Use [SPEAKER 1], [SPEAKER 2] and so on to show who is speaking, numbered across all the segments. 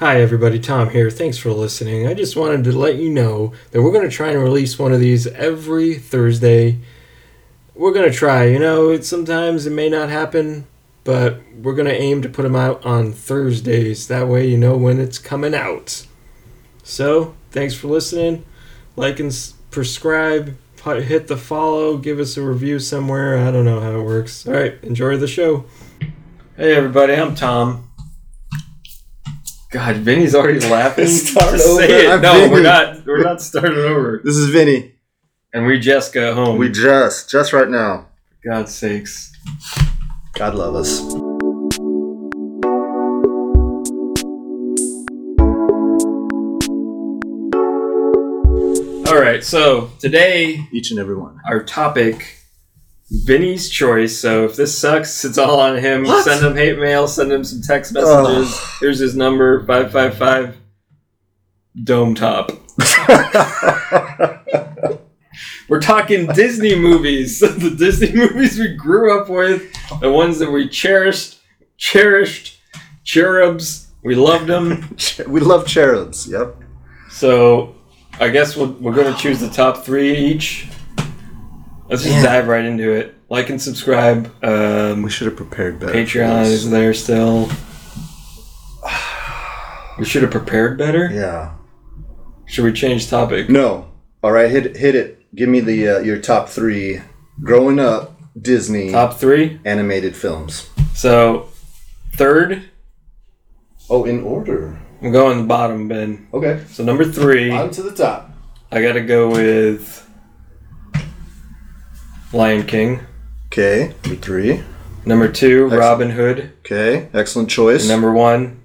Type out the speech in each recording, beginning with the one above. [SPEAKER 1] Hi, everybody. Tom here. Thanks for listening. I just wanted to let you know that we're going to try and release one of these every Thursday. We're going to try. You know, it, sometimes it may not happen, but we're going to aim to put them out on Thursdays. That way, you know when it's coming out. So, thanks for listening. Like and s- prescribe. pu- Hit the follow. Give us a review somewhere. I don't know how it works. All right. Enjoy the show. Hey, everybody. I'm Tom. God, Vinny's already laughing.
[SPEAKER 2] Start
[SPEAKER 1] Just
[SPEAKER 2] over.
[SPEAKER 1] Say it.
[SPEAKER 2] I'm
[SPEAKER 1] no, we're
[SPEAKER 2] Vinny.
[SPEAKER 1] not. We're not starting over.
[SPEAKER 2] This is Vinny.
[SPEAKER 1] And we just got home.
[SPEAKER 2] We
[SPEAKER 1] We,
[SPEAKER 2] just, just right now.
[SPEAKER 1] God's sakes.
[SPEAKER 2] God love us.
[SPEAKER 1] All right. So today,
[SPEAKER 2] Each and every one.
[SPEAKER 1] our topic, Vinny's choice. So if this sucks, it's all on him.
[SPEAKER 2] What?
[SPEAKER 1] Send him hate mail. Send him some text messages. Here's his number: five five five. Dome top. We're talking Disney movies. the Disney movies we grew up with, the ones that we cherished, cherished, cherubs. We loved them.
[SPEAKER 2] we love cherubs. Yep.
[SPEAKER 1] So I guess we'll, we're going to choose the top three each. Let's just
[SPEAKER 2] Yeah.
[SPEAKER 1] dive right into it. Like and subscribe. Um,
[SPEAKER 2] We should have prepared better. for
[SPEAKER 1] Patreon
[SPEAKER 2] this.
[SPEAKER 1] is there still. We should have prepared better.
[SPEAKER 2] Yeah.
[SPEAKER 1] Should we change topic?
[SPEAKER 2] No. All right. Hit, hit it. Give me the uh, your top three growing up Disney
[SPEAKER 1] Top three.
[SPEAKER 2] animated films.
[SPEAKER 1] So third,
[SPEAKER 2] Oh, in order.
[SPEAKER 1] I'm going bottom bin.
[SPEAKER 2] Okay.
[SPEAKER 1] So number three.
[SPEAKER 2] On to the top.
[SPEAKER 1] I gotta go with Lion King.
[SPEAKER 2] Okay. Number three.
[SPEAKER 1] Number two,
[SPEAKER 2] Excellent.
[SPEAKER 1] Robin Hood.
[SPEAKER 2] Okay. Excellent choice.
[SPEAKER 1] And number one,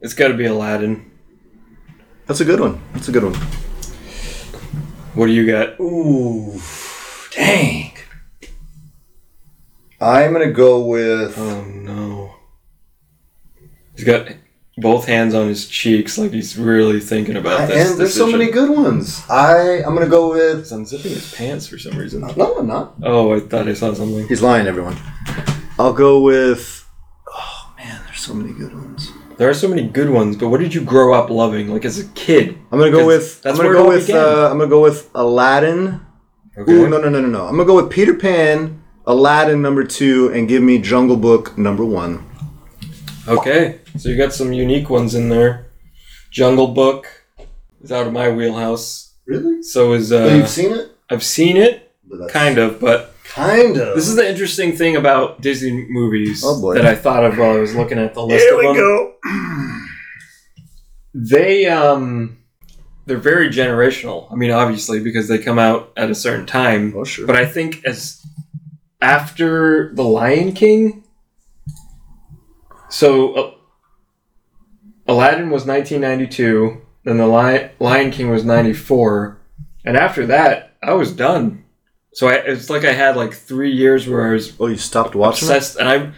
[SPEAKER 1] it's gotta be Aladdin.
[SPEAKER 2] That's a good one. That's a good one.
[SPEAKER 1] What do you got?
[SPEAKER 2] Ooh, dang. I'm gonna go with.
[SPEAKER 1] Oh no. He's got both hands on his cheeks, like he's really thinking about
[SPEAKER 2] and
[SPEAKER 1] this.
[SPEAKER 2] there's so many good ones. I I'm gonna go with.
[SPEAKER 1] He's unzipping his pants for some reason.
[SPEAKER 2] No, I'm not.
[SPEAKER 1] Oh, I thought I saw something.
[SPEAKER 2] He's lying, everyone. I'll go with. Oh man, there's so many good ones.
[SPEAKER 1] There are so many good ones, but what did you grow up loving? Like as a kid?
[SPEAKER 2] I'm gonna go
[SPEAKER 1] 'Cause
[SPEAKER 2] with.
[SPEAKER 1] that's
[SPEAKER 2] I'm gonna
[SPEAKER 1] where it
[SPEAKER 2] go
[SPEAKER 1] all
[SPEAKER 2] with.
[SPEAKER 1] began.
[SPEAKER 2] Uh, I'm gonna go with Aladdin.
[SPEAKER 1] Okay.
[SPEAKER 2] Ooh, no, no, no, no, no. I'm gonna go with Peter Pan, Aladdin number two, and give me Jungle Book number one.
[SPEAKER 1] Okay, so you got some unique ones in there. Jungle Book is out of my wheelhouse.
[SPEAKER 2] Really?
[SPEAKER 1] So is
[SPEAKER 2] But
[SPEAKER 1] uh,
[SPEAKER 2] you've seen it?
[SPEAKER 1] I've seen it, kind of, but
[SPEAKER 2] Kind of.
[SPEAKER 1] this is the interesting thing about Disney movies
[SPEAKER 2] Oh, boy.
[SPEAKER 1] that I thought of while I was looking at the list. of them.
[SPEAKER 2] go.
[SPEAKER 1] They um, they're very generational. I mean, obviously because they come out at a certain time.
[SPEAKER 2] Oh sure.
[SPEAKER 1] But I think as after the Lion King, so uh, Aladdin was 1992, then the Lion, Lion King was 94, and after that, I was done. So I, it's like I had like three years where I was
[SPEAKER 2] Oh, you stopped watching it?
[SPEAKER 1] obsessed, and I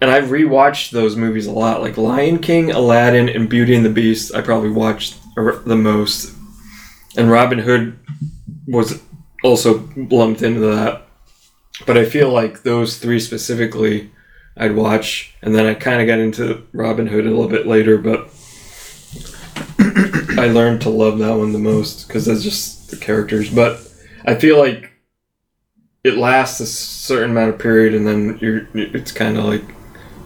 [SPEAKER 1] and I rewatched those movies a lot, like Lion King, Aladdin, and Beauty and the Beast. I probably watched ar- the most, and Robin Hood was also lumped into that. But I feel like those three specifically, I'd watch, and then I kind of got into Robin Hood a little bit later, but. I learned to love that one the most because that's just the characters. But I feel like it lasts a certain amount of period and then you're it's kind of like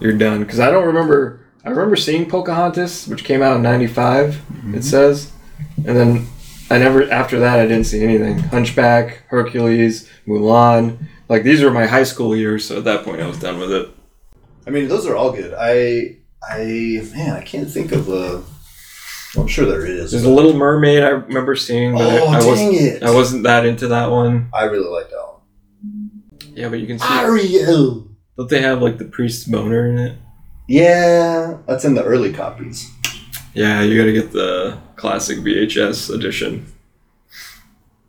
[SPEAKER 1] you're done because i don't remember i remember seeing pocahontas which came out in 95 it says and then i never after that i didn't see anything hunchback hercules mulan like these were my high school years so at that point i was done with it
[SPEAKER 2] I mean, those are all good. I, I, man, I can't think of a. I'm sure there is.
[SPEAKER 1] there's a little mermaid i remember seeing but
[SPEAKER 2] oh,
[SPEAKER 1] I, I
[SPEAKER 2] dang
[SPEAKER 1] wasn't
[SPEAKER 2] it!
[SPEAKER 1] i wasn't that into that one
[SPEAKER 2] I really like that one.
[SPEAKER 1] yeah but you can see
[SPEAKER 2] Ariel.
[SPEAKER 1] don't they have like the priest's boner in it
[SPEAKER 2] Yeah, that's in the early copies.
[SPEAKER 1] yeah you gotta get the classic vhs edition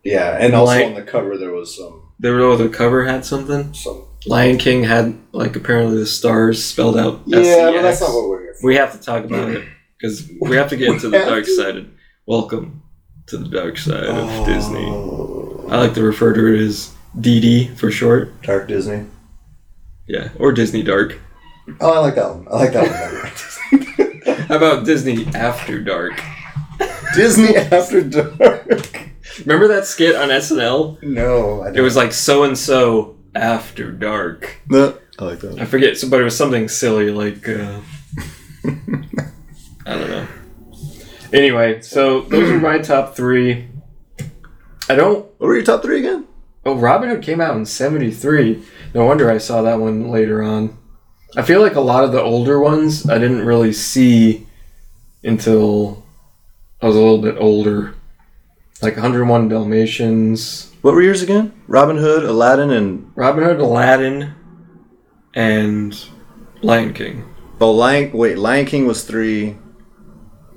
[SPEAKER 2] Yeah, and also
[SPEAKER 1] Like-
[SPEAKER 2] on the cover there was some
[SPEAKER 1] They were oh the cover had something.
[SPEAKER 2] some.
[SPEAKER 1] Lion King had like apparently the stars spelled out.
[SPEAKER 2] Yeah, but that's
[SPEAKER 1] SCX.
[SPEAKER 2] not what we're here for.
[SPEAKER 1] we have to talk about it because we have to get
[SPEAKER 2] We
[SPEAKER 1] into the
[SPEAKER 2] have
[SPEAKER 1] dark
[SPEAKER 2] to.
[SPEAKER 1] side. And welcome to the dark side
[SPEAKER 2] Oh.
[SPEAKER 1] of Disney. I like to refer to it as DD for short.
[SPEAKER 2] Dark Disney.
[SPEAKER 1] Yeah, or Disney Dark.
[SPEAKER 2] Oh, I like that one. I like that one.
[SPEAKER 1] How about Disney After Dark?
[SPEAKER 2] Disney After Dark.
[SPEAKER 1] Remember that skit on SNL?
[SPEAKER 2] No, I don't.
[SPEAKER 1] It was like so and so after dark.
[SPEAKER 2] No, I like that.
[SPEAKER 1] I forget, so- but it was something silly like uh, I don't know. Anyway, so those are my top three. I don't.
[SPEAKER 2] What were your top three again?
[SPEAKER 1] Oh, Robin Hood came out in '73. No wonder I saw that one later on. I feel like a lot of the older ones I didn't really see until I was a little bit older, like 101 Dalmatians.
[SPEAKER 2] What were yours again? Robin Hood, Aladdin, and
[SPEAKER 1] Robin Hood, Aladdin, and Lion King.
[SPEAKER 2] oh, Lion. Wait, Lion King was three.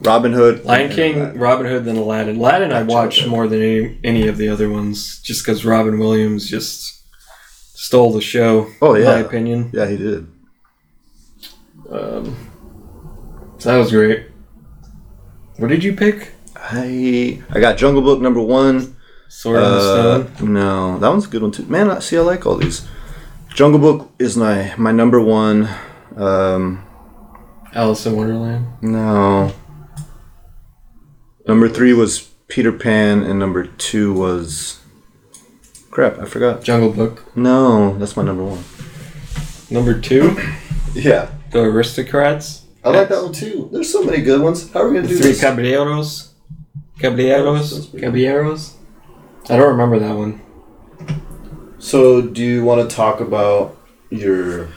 [SPEAKER 2] Robin Hood.
[SPEAKER 1] Lion
[SPEAKER 2] and
[SPEAKER 1] King,
[SPEAKER 2] Aladdin.
[SPEAKER 1] Robin Hood, then Aladdin. Aladdin, I watched more than any, any of the other ones, just because Robin Williams just stole the show.
[SPEAKER 2] Oh
[SPEAKER 1] in my
[SPEAKER 2] yeah,
[SPEAKER 1] opinion.
[SPEAKER 2] yeah, he did.
[SPEAKER 1] Um, so that was great. What did you pick?
[SPEAKER 2] I I got Jungle Book number one.
[SPEAKER 1] Sword in the
[SPEAKER 2] Uh,
[SPEAKER 1] Stone.
[SPEAKER 2] no, that one's a good one too. Man, I see, I like all these. Jungle Book is my my number one. Um,
[SPEAKER 1] Alice in Wonderland.
[SPEAKER 2] no. Number three was Peter Pan, and number two was. Crap, I forgot.
[SPEAKER 1] Jungle Book.
[SPEAKER 2] No, that's my number one.
[SPEAKER 1] Number two,
[SPEAKER 2] Yeah,
[SPEAKER 1] The Aristocrats.
[SPEAKER 2] I like that one too. There's so many good ones. How are we gonna do
[SPEAKER 1] Three
[SPEAKER 2] this?
[SPEAKER 1] Caballeros.
[SPEAKER 2] Sounds
[SPEAKER 1] Caballeros.
[SPEAKER 2] pretty good.
[SPEAKER 1] Caballeros. I don't remember that one.
[SPEAKER 2] so, do you want to talk about your?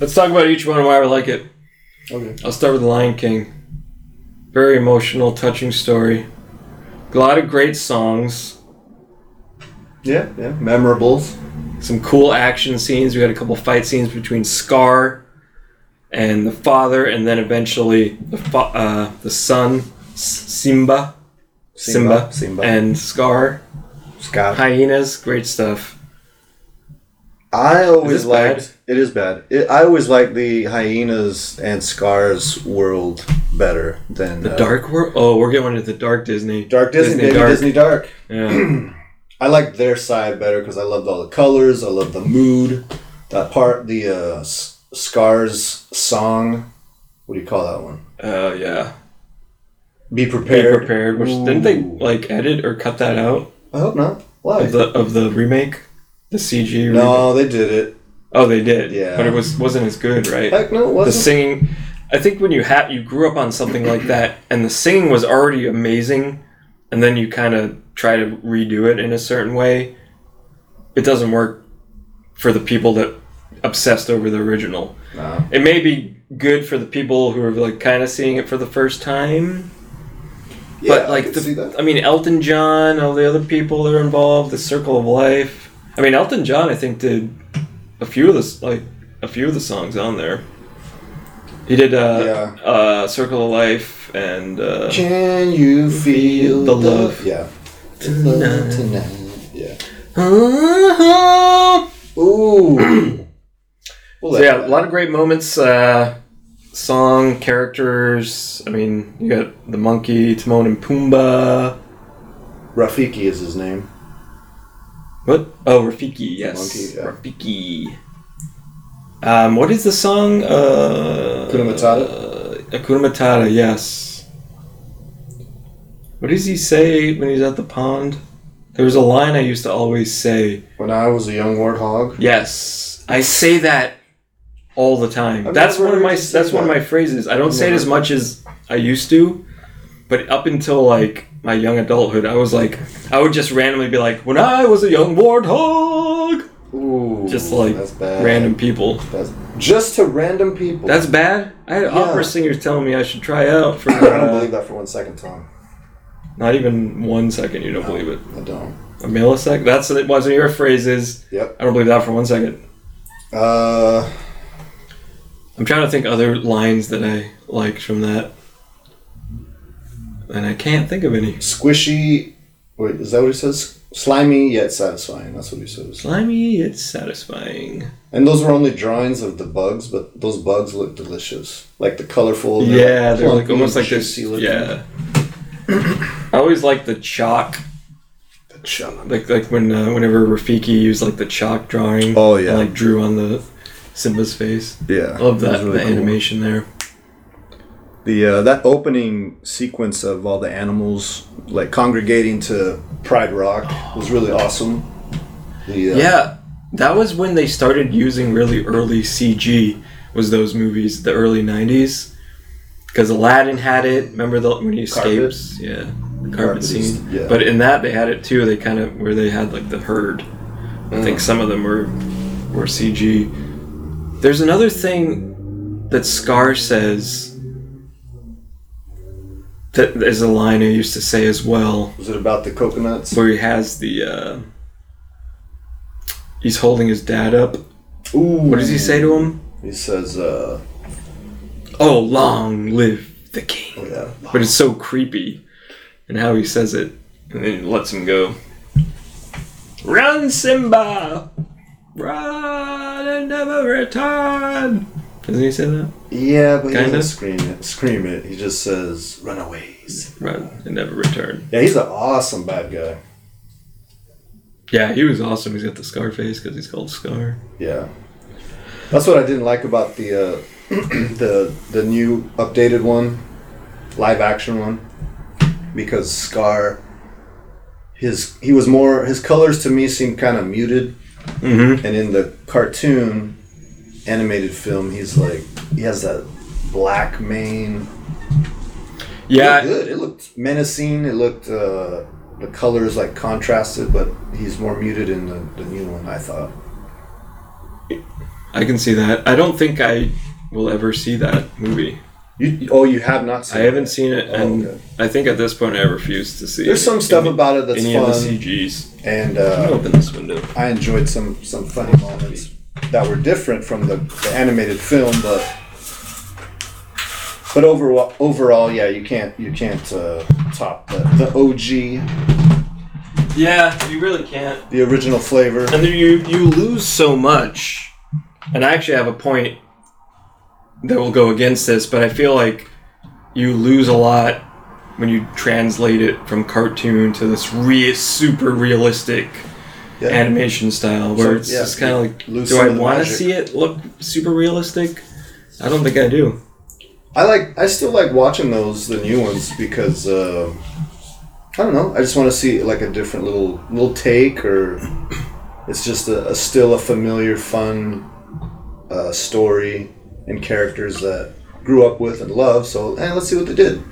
[SPEAKER 1] Let's talk about each one and why we like it.
[SPEAKER 2] Okay.
[SPEAKER 1] I'll start with The Lion King. Very emotional, touching story. A lot of great songs.
[SPEAKER 2] Yeah, yeah. Memorables.
[SPEAKER 1] Some cool action scenes. We had a couple fight scenes between Scar and the father, and then eventually the fa- uh, the son, S- Simba. Simba,
[SPEAKER 2] Simba, Simba.
[SPEAKER 1] and Scar.
[SPEAKER 2] Scott.
[SPEAKER 1] Hyenas, great stuff.
[SPEAKER 2] I
[SPEAKER 1] Is
[SPEAKER 2] always
[SPEAKER 1] this
[SPEAKER 2] liked it is bad. It, I always liked the hyenas and scars world better than
[SPEAKER 1] The
[SPEAKER 2] uh,
[SPEAKER 1] Dark World. Oh, we're going into the Dark Disney.
[SPEAKER 2] dark Disney, baby,
[SPEAKER 1] Dark.
[SPEAKER 2] Disney dark.
[SPEAKER 1] Yeah.
[SPEAKER 2] I liked their side better because I loved all the colors. I loved the mood. That part, the uh, S- scars song. What do you call that one?
[SPEAKER 1] Uh, yeah.
[SPEAKER 2] Be
[SPEAKER 1] Be
[SPEAKER 2] prepared.
[SPEAKER 1] prepared. Which didn't they
[SPEAKER 2] Ooh.
[SPEAKER 1] like edit or cut that out?
[SPEAKER 2] I hope not. Why?
[SPEAKER 1] of the of the remake, the CG. remake?
[SPEAKER 2] no, they did it.
[SPEAKER 1] Oh, they did.
[SPEAKER 2] Yeah.
[SPEAKER 1] But it was wasn't as good, right?
[SPEAKER 2] Heck no, it
[SPEAKER 1] The
[SPEAKER 2] wasn't.
[SPEAKER 1] singing. I think when you had you grew up on something like that, and the singing was already amazing, and then you kind of try to redo it in a certain way, it doesn't work for the people that obsessed over the original.
[SPEAKER 2] Nah.
[SPEAKER 1] It may be good for the people who are like kind of seeing it for the first time,
[SPEAKER 2] Yeah,
[SPEAKER 1] but
[SPEAKER 2] I
[SPEAKER 1] like
[SPEAKER 2] could
[SPEAKER 1] the,
[SPEAKER 2] see that.
[SPEAKER 1] I mean Elton John, all the other people that are involved, the Circle of Life. I mean Elton John, I think did a few of the s- like a few of the songs on there. He did uh, uh, Circle of Life and uh,
[SPEAKER 2] Can you feel
[SPEAKER 1] The love.
[SPEAKER 2] Yeah. The love tonight. Yeah.
[SPEAKER 1] so
[SPEAKER 2] Ooh. We'll let
[SPEAKER 1] yeah, a
[SPEAKER 2] that.
[SPEAKER 1] lot of great moments. Uh, song characters. I mean, you got the monkey Timon and Pumbaa.
[SPEAKER 2] Rafiki is his name.
[SPEAKER 1] What? Oh, Rafiki. Yes,
[SPEAKER 2] monkey, yeah.
[SPEAKER 1] Rafiki. Um, what is the song? Uh,
[SPEAKER 2] Hakuna Matata?
[SPEAKER 1] Uh, Hakuna Matata. Yes. What does he say when he's at the pond? There was a line I used to always say.
[SPEAKER 2] When I was a young warthog.
[SPEAKER 1] Yes, I say that all the time.
[SPEAKER 2] I've
[SPEAKER 1] that's
[SPEAKER 2] never
[SPEAKER 1] one of
[SPEAKER 2] heard
[SPEAKER 1] my
[SPEAKER 2] you say
[SPEAKER 1] that's one of
[SPEAKER 2] that.
[SPEAKER 1] my phrases. I don't say it
[SPEAKER 2] never
[SPEAKER 1] as
[SPEAKER 2] heard
[SPEAKER 1] much as I used to, but up until like my young adulthood, I was like I would just randomly be like, "When I was a young warthog,"
[SPEAKER 2] Ooh.
[SPEAKER 1] just like
[SPEAKER 2] that's bad.
[SPEAKER 1] random people.
[SPEAKER 2] That's, just to random people.
[SPEAKER 1] That's bad. I had opera
[SPEAKER 2] Yeah.
[SPEAKER 1] singers telling me I should try out for
[SPEAKER 2] I don't believe
[SPEAKER 1] uh,
[SPEAKER 2] that for one second, Tom.
[SPEAKER 1] not even one second. You don't believe it?
[SPEAKER 2] I don't.
[SPEAKER 1] A millisecond. That's what it was. Your phrases.
[SPEAKER 2] Yep.
[SPEAKER 1] I don't believe that for one second.
[SPEAKER 2] Uh,
[SPEAKER 1] I'm trying to think other lines that I liked from that. And I can't think of any.
[SPEAKER 2] squishy. Wait, is that what he says? Slimy yet satisfying. That's what he says.
[SPEAKER 1] Slimy, it's satisfying.
[SPEAKER 2] And those were only drawings of the bugs, but those bugs look delicious. Like the colorful.
[SPEAKER 1] yeah, they're
[SPEAKER 2] plump
[SPEAKER 1] like almost
[SPEAKER 2] and
[SPEAKER 1] like this.
[SPEAKER 2] juicy looking.
[SPEAKER 1] Yeah. I always like the chalk,
[SPEAKER 2] Shut up.
[SPEAKER 1] like like when uh, whenever Rafiki used like the chalk drawing.
[SPEAKER 2] Oh, yeah.
[SPEAKER 1] and, like drew on the Simba's face.
[SPEAKER 2] Yeah.
[SPEAKER 1] I love that
[SPEAKER 2] was really
[SPEAKER 1] the
[SPEAKER 2] cool.
[SPEAKER 1] animation there.
[SPEAKER 2] the uh, that opening sequence of all the animals like congregating to Pride Rock was really awesome. The, uh,
[SPEAKER 1] Yeah, that was when they started using really early CG. Was those movies the early '90s? Because Aladdin had it. Remember the, when he
[SPEAKER 2] Carpet.
[SPEAKER 1] escapes? Yeah, the carpet,
[SPEAKER 2] Carpet is-
[SPEAKER 1] scene.
[SPEAKER 2] yeah.
[SPEAKER 1] But in that they had it too. They kind of where they had like the herd. I think some of them were were CG. There's another thing that Scar says. That is a line I used to say as well
[SPEAKER 2] Was it about the coconuts?
[SPEAKER 1] where he has the uh he's holding his dad up
[SPEAKER 2] Ooh.
[SPEAKER 1] what does he say to him
[SPEAKER 2] He says, uh,
[SPEAKER 1] oh long live the
[SPEAKER 2] oh,
[SPEAKER 1] king
[SPEAKER 2] yeah.
[SPEAKER 1] but it's so creepy and how he says it and then he lets him go run simba run and never return doesn't he say that
[SPEAKER 2] Yeah, but he
[SPEAKER 1] Kinda.
[SPEAKER 2] doesn't scream it. Scream it. He just says, "Runaways."
[SPEAKER 1] run and never return
[SPEAKER 2] Yeah, he's an awesome bad guy.
[SPEAKER 1] yeah he was awesome he's got the scar face because he's called scar
[SPEAKER 2] Yeah, that's what I didn't like about the uh, the the new updated one, live action one, because Scar, his he was more his colors to me seemed kind of muted,
[SPEAKER 1] mm-hmm
[SPEAKER 2] and in the cartoon, animated film, he's like he has that black mane.
[SPEAKER 1] yeah
[SPEAKER 2] it looked good. It looked menacing. It looked uh, the colors like contrasted, but he's more muted in the, the new one. I thought.
[SPEAKER 1] I can see that. I don't think I will ever see that movie.
[SPEAKER 2] You oh you have not
[SPEAKER 1] I
[SPEAKER 2] seen.
[SPEAKER 1] haven't
[SPEAKER 2] it.
[SPEAKER 1] seen it,
[SPEAKER 2] Oh,
[SPEAKER 1] and
[SPEAKER 2] okay.
[SPEAKER 1] I think at this point I refuse to see.
[SPEAKER 2] There's some stuff
[SPEAKER 1] any,
[SPEAKER 2] about it that's
[SPEAKER 1] any
[SPEAKER 2] fun,
[SPEAKER 1] of the CGs.
[SPEAKER 2] and
[SPEAKER 1] Let me
[SPEAKER 2] uh,
[SPEAKER 1] open this window.
[SPEAKER 2] I enjoyed some some funny moments that were different from the, the animated film, but but overall, overall, yeah, you can't you can't uh, top the, the OG,
[SPEAKER 1] Yeah, you really can't.
[SPEAKER 2] the original flavor.
[SPEAKER 1] And then you you lose so much. And I actually have a point that will go against this, but I feel like you lose a lot when you translate it from cartoon to this re- super realistic
[SPEAKER 2] Yeah.
[SPEAKER 1] animation style where it's
[SPEAKER 2] yeah,
[SPEAKER 1] just kind of like
[SPEAKER 2] lose
[SPEAKER 1] do
[SPEAKER 2] some
[SPEAKER 1] i
[SPEAKER 2] of the
[SPEAKER 1] want to
[SPEAKER 2] magic.
[SPEAKER 1] see it look super realistic i don't think i do
[SPEAKER 2] I like. I still like watching those, the new ones, because uh, I don't know. I just want to see like a different little little take, or it's just a, a still a familiar, fun uh, story and characters that grew up with and love. So, eh, let's see what they did.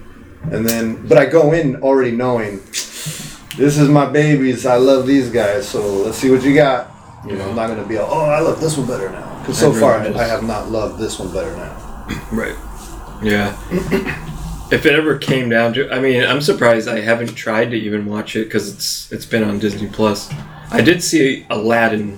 [SPEAKER 2] And then, but I go in already knowing this is my babies. I love these guys. So let's see what you got. You know, I'm not gonna be all, oh, I love this one better now. Because so
[SPEAKER 1] I'd
[SPEAKER 2] far,
[SPEAKER 1] rather
[SPEAKER 2] I, I
[SPEAKER 1] just-
[SPEAKER 2] have not loved this one better now.
[SPEAKER 1] right yeah if it ever came down to i mean i'm surprised i haven't tried to even watch it because it's it's been on disney plus i did see aladdin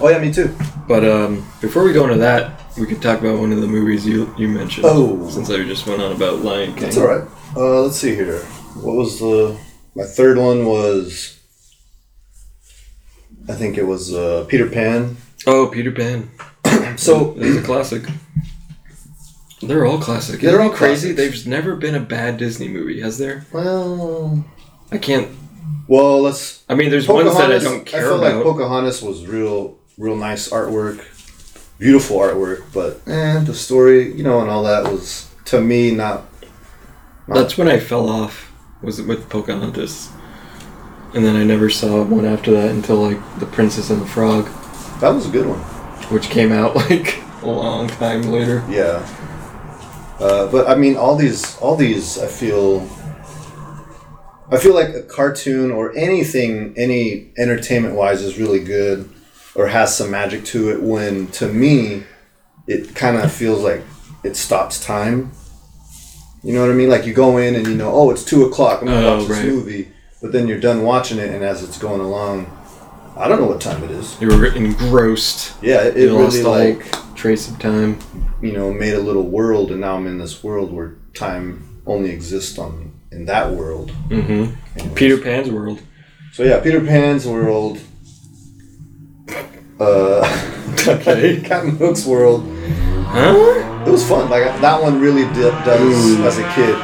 [SPEAKER 2] Oh yeah, me too.
[SPEAKER 1] but um before we go into that we could talk about one of the movies you you mentioned
[SPEAKER 2] Oh.
[SPEAKER 1] since i just went on about lion king
[SPEAKER 2] That's all right. Uh, let's see here. What was the my third one was? I think it was uh, Peter Pan.
[SPEAKER 1] oh peter pan
[SPEAKER 2] So
[SPEAKER 1] It's a classic. They're all classic.
[SPEAKER 2] They're
[SPEAKER 1] Isn't
[SPEAKER 2] all
[SPEAKER 1] it crazy.
[SPEAKER 2] classics.
[SPEAKER 1] There's never been a bad Disney movie, has there?
[SPEAKER 2] well,
[SPEAKER 1] I can't.
[SPEAKER 2] well, let's.
[SPEAKER 1] I mean, there's
[SPEAKER 2] Pocahontas.
[SPEAKER 1] ones that I don't care
[SPEAKER 2] felt like
[SPEAKER 1] about.
[SPEAKER 2] Pocahontas was real, real nice artwork, beautiful artwork, but eh, the story, you know, and all that was to me not.
[SPEAKER 1] That's when I fell off. Was with Pocahontas, and then I never saw one after that until like The Princess and the Frog,
[SPEAKER 2] That was a good one.
[SPEAKER 1] which came out like a long time later.
[SPEAKER 2] Yeah. Uh, but I mean, all these, all these, I feel, I feel like a cartoon or anything, any entertainment wise, is really good or has some magic to it. When to me, it kind of feels like it stops time. You know what I mean? Like you go in and you know, oh, it's two o'clock. I'm gonna
[SPEAKER 1] Oh,
[SPEAKER 2] watch this
[SPEAKER 1] right.
[SPEAKER 2] movie, but then you're done watching it, and as it's going along, I don't know what time it is.
[SPEAKER 1] You were engrossed.
[SPEAKER 2] Yeah, it, it
[SPEAKER 1] You
[SPEAKER 2] really
[SPEAKER 1] lost all
[SPEAKER 2] like
[SPEAKER 1] trace of time.
[SPEAKER 2] you know, made a little world, and now I'm in this world where time only exists on in that world.
[SPEAKER 1] Mm-hmm.
[SPEAKER 2] Anyways.
[SPEAKER 1] Peter Pan's world.
[SPEAKER 2] So yeah, Peter Pan's world. Uh,
[SPEAKER 1] Okay.
[SPEAKER 2] Captain Hook's world.
[SPEAKER 1] Huh?
[SPEAKER 2] It was fun. Like that one really did, does as a kid.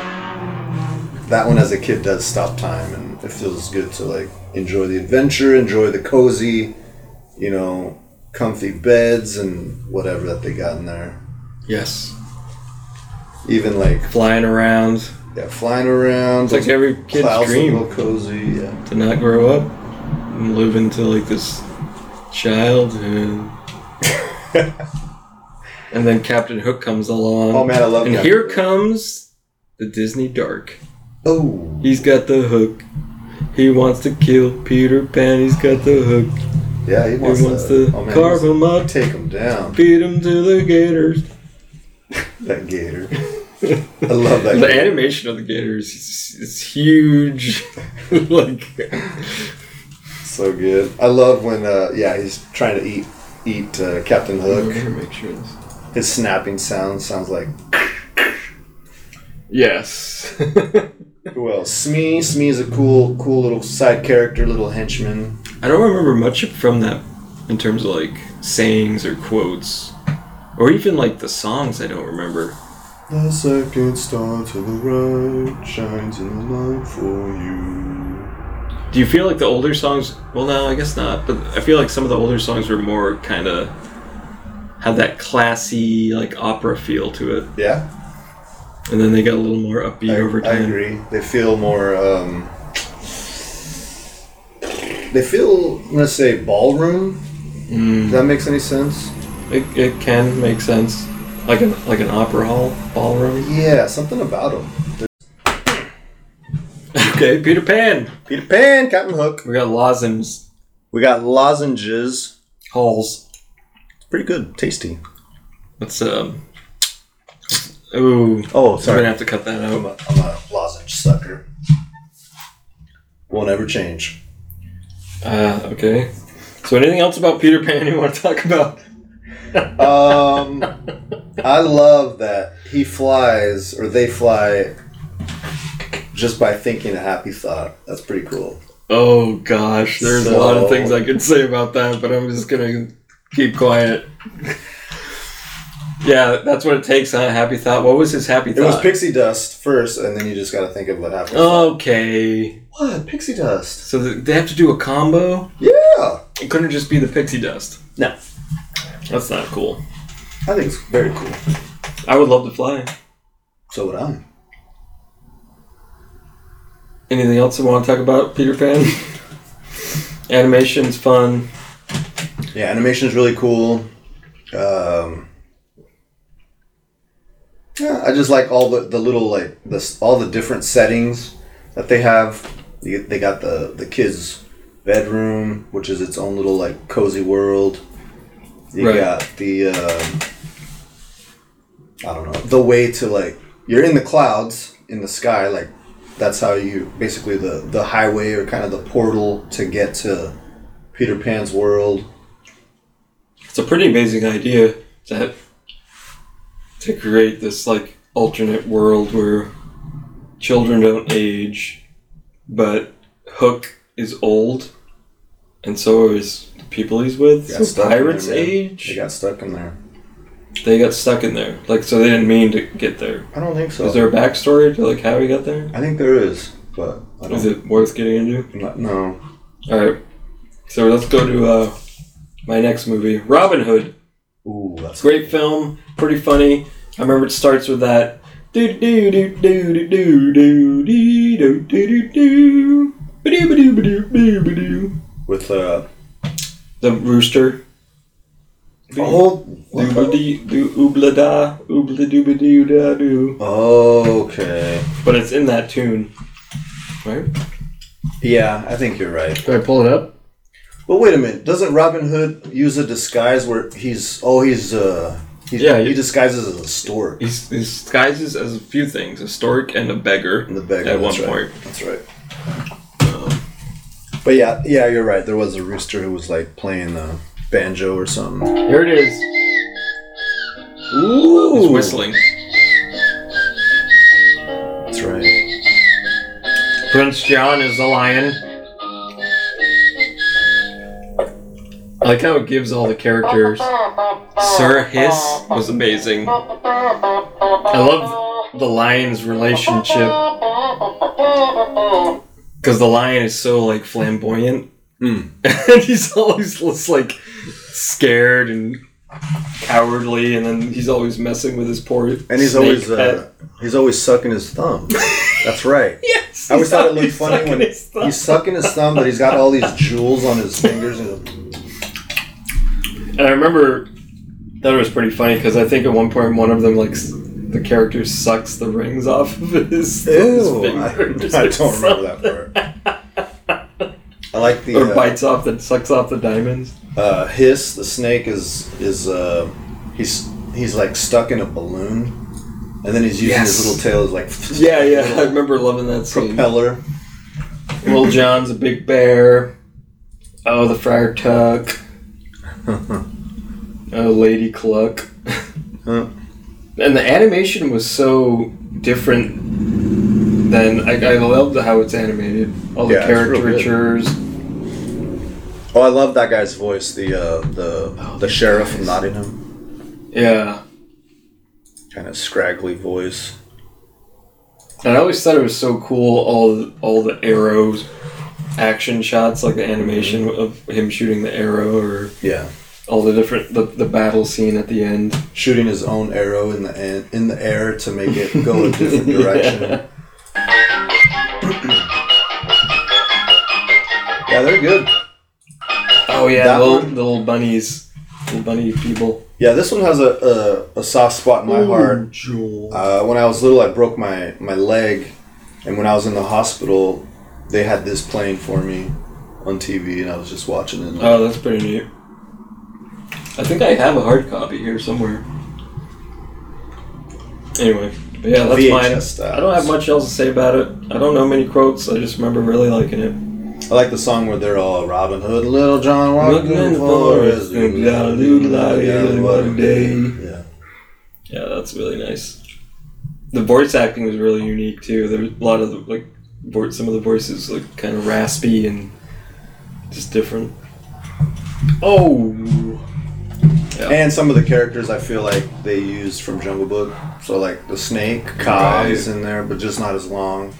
[SPEAKER 2] That one as a kid does stop time, and it feels good to like enjoy the adventure, enjoy the cozy, you know, comfy beds and whatever that they got in there.
[SPEAKER 1] Yes.
[SPEAKER 2] Even like
[SPEAKER 1] flying around.
[SPEAKER 2] yeah, flying around.
[SPEAKER 1] It's like every kid's
[SPEAKER 2] clouds
[SPEAKER 1] dream
[SPEAKER 2] look cozy. Yeah.
[SPEAKER 1] to not grow up and live into like this childhood. and then Captain Hook comes along.
[SPEAKER 2] Oh man, I love.
[SPEAKER 1] and
[SPEAKER 2] Captain
[SPEAKER 1] here
[SPEAKER 2] Hook.
[SPEAKER 1] comes the Disney Dark.
[SPEAKER 2] Oh,
[SPEAKER 1] He's got the hook. He wants to kill Peter Pan. He's got the hook.
[SPEAKER 2] yeah, he wants,
[SPEAKER 1] he wants to
[SPEAKER 2] oh, man,
[SPEAKER 1] carve
[SPEAKER 2] he's-
[SPEAKER 1] him up,
[SPEAKER 2] Take him down.
[SPEAKER 1] beat him to the gators.
[SPEAKER 2] That gator. I love that.
[SPEAKER 1] The
[SPEAKER 2] gator.
[SPEAKER 1] animation of the gators is, is huge. like,
[SPEAKER 2] So good. I love when uh, yeah he's trying to eat eat uh, Captain Hook.
[SPEAKER 1] make sure. This.
[SPEAKER 2] His snapping sound sounds like
[SPEAKER 1] Yes.
[SPEAKER 2] who else? Smee. Smee's a cool cool little side character, little henchman.
[SPEAKER 1] I don't remember much from that in terms of like sayings or quotes, or even like the songs. I don't remember.
[SPEAKER 2] The second star to the right shines in the light for you.
[SPEAKER 1] Do you feel like the older songs? Well, no, I guess not. But I feel like some of the older songs were more kind of had that classy like opera feel to it,
[SPEAKER 2] Yeah,
[SPEAKER 1] and then they got a little more upbeat
[SPEAKER 2] I,
[SPEAKER 1] over
[SPEAKER 2] I
[SPEAKER 1] time.
[SPEAKER 2] agree. They feel more. Um, they feel. I'm gonna say ballroom. If
[SPEAKER 1] Mm,
[SPEAKER 2] that makes any sense?
[SPEAKER 1] it, it can make sense, like an like an opera hall ballroom.
[SPEAKER 2] Yeah, something about them.
[SPEAKER 1] okay, Peter Pan.
[SPEAKER 2] Peter Pan, Captain Hook.
[SPEAKER 1] We got lozenges,
[SPEAKER 2] We got lozenges.
[SPEAKER 1] halls.
[SPEAKER 2] pretty good, tasty.
[SPEAKER 1] That's um. Ooh, I'm
[SPEAKER 2] Oh,
[SPEAKER 1] gonna
[SPEAKER 2] sorry.
[SPEAKER 1] have to cut that out.
[SPEAKER 2] I'm a, I'm a lozenge sucker. Won't ever change.
[SPEAKER 1] Uh, okay. So, anything else about Peter Pan you want to talk about?
[SPEAKER 2] Um, I love that he flies or they fly just by thinking a happy thought. That's pretty cool.
[SPEAKER 1] Oh gosh, there's a lot of
[SPEAKER 2] So-
[SPEAKER 1] things I could say about that, but I'm just gonna keep quiet. yeah, that's what it takes. Huh? Happy thought. What was his happy
[SPEAKER 2] It was
[SPEAKER 1] thought?
[SPEAKER 2] pixie dust first, and then you just got to think of what happened.
[SPEAKER 1] okay,
[SPEAKER 2] What pixie dust?
[SPEAKER 1] so th- they have to do a combo.
[SPEAKER 2] Yeah,
[SPEAKER 1] It couldn't just be the pixie dust.
[SPEAKER 2] No.
[SPEAKER 1] that's not cool.
[SPEAKER 2] I think it's very cool.
[SPEAKER 1] I would love to fly.
[SPEAKER 2] So would I.
[SPEAKER 1] Anything else you want to talk about, Peter Pan? Animation's fun.
[SPEAKER 2] Yeah, animation is really cool. Um, yeah, I just like all the, the little like the s- all the different settings that they have. You, they got the the kids' bedroom, which is its own little like cozy world. You
[SPEAKER 1] Right.
[SPEAKER 2] got the um I don't know the way to like you're in the clouds in the sky like that's how you basically the the highway or kind of the portal to get to Peter Pan's world.
[SPEAKER 1] It's a pretty amazing idea that to create this like alternate world where children don't age, but Hook is old, and so is the people he's with.
[SPEAKER 2] Got
[SPEAKER 1] so
[SPEAKER 2] stuck in there,
[SPEAKER 1] pirates
[SPEAKER 2] man.
[SPEAKER 1] age.
[SPEAKER 2] They got stuck in there.
[SPEAKER 1] they got stuck in there. Like so, they didn't mean to get there.
[SPEAKER 2] I don't think so.
[SPEAKER 1] Is there a backstory to like how he got there?
[SPEAKER 2] I think there is, but I
[SPEAKER 1] Is
[SPEAKER 2] don't.
[SPEAKER 1] it worth getting into?
[SPEAKER 2] I'm not- no.
[SPEAKER 1] All right. So let's go to uh, my next movie, Robin Hood.
[SPEAKER 2] Ooh, that's
[SPEAKER 1] Great film, pretty funny. I remember it starts with that. Do do do do do do do dee, do do do do. Ba-doo, ba-doo, ba-doo, ba-doo, ba-doo.
[SPEAKER 2] with uh.
[SPEAKER 1] The rooster.
[SPEAKER 2] Oh.
[SPEAKER 1] Doobly do oobla da oobla dooba doo da doo.
[SPEAKER 2] Okay.
[SPEAKER 1] But it's in that tune, right?
[SPEAKER 2] Yeah, I think you're right.
[SPEAKER 3] Do I pull it up?
[SPEAKER 2] But wait a minute. Doesn't Robin Hood use a disguise where he's? Oh, he's uh. He's,
[SPEAKER 1] Yeah,
[SPEAKER 2] He
[SPEAKER 1] you-
[SPEAKER 2] disguises as a stork.
[SPEAKER 1] He s- he disguises as a few things: a stork and a beggar.
[SPEAKER 2] in the beggar.
[SPEAKER 1] At one
[SPEAKER 2] that's right.
[SPEAKER 1] point,
[SPEAKER 2] That's right. But yeah, yeah, you're right. There was a rooster who was like playing the banjo or something.
[SPEAKER 3] Here it is.
[SPEAKER 1] he's
[SPEAKER 2] Ooh,
[SPEAKER 1] whistling.
[SPEAKER 2] That's right.
[SPEAKER 3] Prince John is the lion.
[SPEAKER 1] I like how it gives all the characters. Sir Hiss was amazing. I love the lion's relationship because the lion is so like flamboyant,
[SPEAKER 2] Hmm.
[SPEAKER 1] and he's always looks like scared and cowardly, and then he's always messing with his poor.
[SPEAKER 2] And he's always uh, he's always sucking his thumb. That's right.
[SPEAKER 1] yes,
[SPEAKER 2] I always
[SPEAKER 1] he's
[SPEAKER 2] thought it looked
[SPEAKER 1] always
[SPEAKER 2] funny
[SPEAKER 1] sucking
[SPEAKER 2] when
[SPEAKER 1] his thumb.
[SPEAKER 2] he's sucking his thumb, but he's got all these jewels on his fingers. And
[SPEAKER 1] And I remember that was pretty funny because I think at one point one of them like s- the character sucks the rings off of his, his
[SPEAKER 2] Ew,
[SPEAKER 1] finger.
[SPEAKER 2] I,
[SPEAKER 1] and just
[SPEAKER 2] I
[SPEAKER 1] like
[SPEAKER 2] don't remember
[SPEAKER 1] suck-
[SPEAKER 2] that part. I like the
[SPEAKER 1] Or
[SPEAKER 2] uh,
[SPEAKER 1] bites off the sucks off the diamonds.
[SPEAKER 2] uh, hiss the snake is is uh, he's he's like stuck in a balloon and then he's using
[SPEAKER 1] Yes.
[SPEAKER 2] his little tail as like
[SPEAKER 1] Yeah, yeah. I remember loving that scene.
[SPEAKER 2] propeller
[SPEAKER 1] Little John's a big bear. Oh, the Friar Tuck. oh, Lady Cluck.
[SPEAKER 2] Huh.
[SPEAKER 1] And the animation was so different than I, I loved how it's animated. All the
[SPEAKER 2] Yeah, it's real good.
[SPEAKER 1] caricatures.
[SPEAKER 2] oh I love that guy's voice the uh, the
[SPEAKER 1] Oh,
[SPEAKER 2] the sheriff from Nottingham
[SPEAKER 1] Yeah.
[SPEAKER 2] kind of scraggly voice
[SPEAKER 1] And I always thought it was so cool all the, all the arrows, action shots like the animation
[SPEAKER 2] Mm-hmm.
[SPEAKER 1] of him shooting the arrow or
[SPEAKER 2] yeah
[SPEAKER 1] all the different the, the battle scene at the end.
[SPEAKER 2] shooting his own arrow in the an- in the air to make it go a different
[SPEAKER 1] Yeah.
[SPEAKER 2] direction yeah. they're good
[SPEAKER 1] Oh yeah,
[SPEAKER 2] That
[SPEAKER 1] the little,
[SPEAKER 2] one?
[SPEAKER 1] the little bunnies, little bunny people.
[SPEAKER 2] yeah this one has a a, a soft spot in my heart Uh, when I was little, I broke my, my leg, and when I was in the hospital, they had this playing for me on TV, and I was just watching it.
[SPEAKER 1] Oh, that's pretty neat. I think I have a hard copy here somewhere. Anyway, but yeah, that's mine.
[SPEAKER 2] VHS
[SPEAKER 1] I don't have
[SPEAKER 2] styles.
[SPEAKER 1] much else to say about it. I don't know many quotes. I just remember really liking it.
[SPEAKER 2] I like the song where they're all Robin Hood, Little John,
[SPEAKER 1] Walking
[SPEAKER 2] walking
[SPEAKER 1] in
[SPEAKER 2] in
[SPEAKER 1] the
[SPEAKER 2] the
[SPEAKER 1] forest,
[SPEAKER 2] forest,
[SPEAKER 1] and blah, blah, blah, blah, what a day.
[SPEAKER 2] Yeah,
[SPEAKER 1] Yeah, that's really nice. The voice acting was really unique too. There was a lot of the, like, vo- some of the voices like kind of raspy and just different. Oh,
[SPEAKER 2] and some of the characters I feel like they used from Jungle Book. So like the snake, Kai's in there, but just not as long.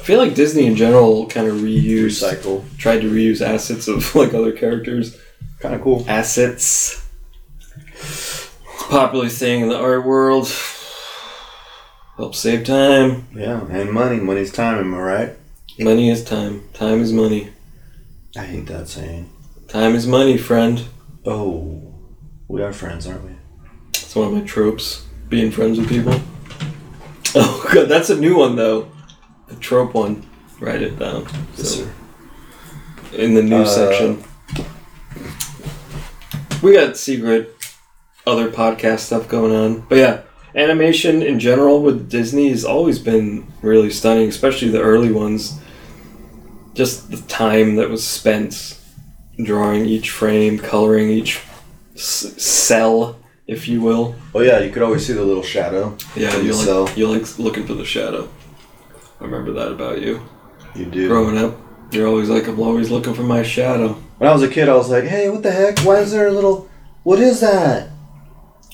[SPEAKER 1] I feel like Disney in general kind of reused,
[SPEAKER 2] Recycle,
[SPEAKER 1] tried to reuse assets of like other characters.
[SPEAKER 2] kind of cool.
[SPEAKER 1] Assets. It's a popular thing in the art world. Help save time.
[SPEAKER 2] Yeah, and money, money's time. Am I right?
[SPEAKER 1] Money is time. Time is money.
[SPEAKER 2] I hate that saying.
[SPEAKER 1] Time is money, friend.
[SPEAKER 2] Oh, we are friends, aren't we?
[SPEAKER 1] That's one of my tropes. Being friends with people. Oh god, that's a new one though. The trope one. Write it down. So- in the news
[SPEAKER 2] Uh,
[SPEAKER 1] section. We got secret other podcast stuff going on. But yeah, animation in general with Disney has always been really stunning, especially the early ones. Just the time that was spent drawing each frame, coloring each s- cell, if you will.
[SPEAKER 2] Oh yeah, you could always see the little shadow.
[SPEAKER 1] Yeah,
[SPEAKER 2] Every
[SPEAKER 1] you
[SPEAKER 2] cell.
[SPEAKER 1] like you like looking for the shadow. I remember that about you.
[SPEAKER 2] You do.
[SPEAKER 1] Growing up, you're always like I'm always looking for my shadow.
[SPEAKER 2] When I was a kid, I was like, "Hey, what the heck? Why is there a little? What is that?"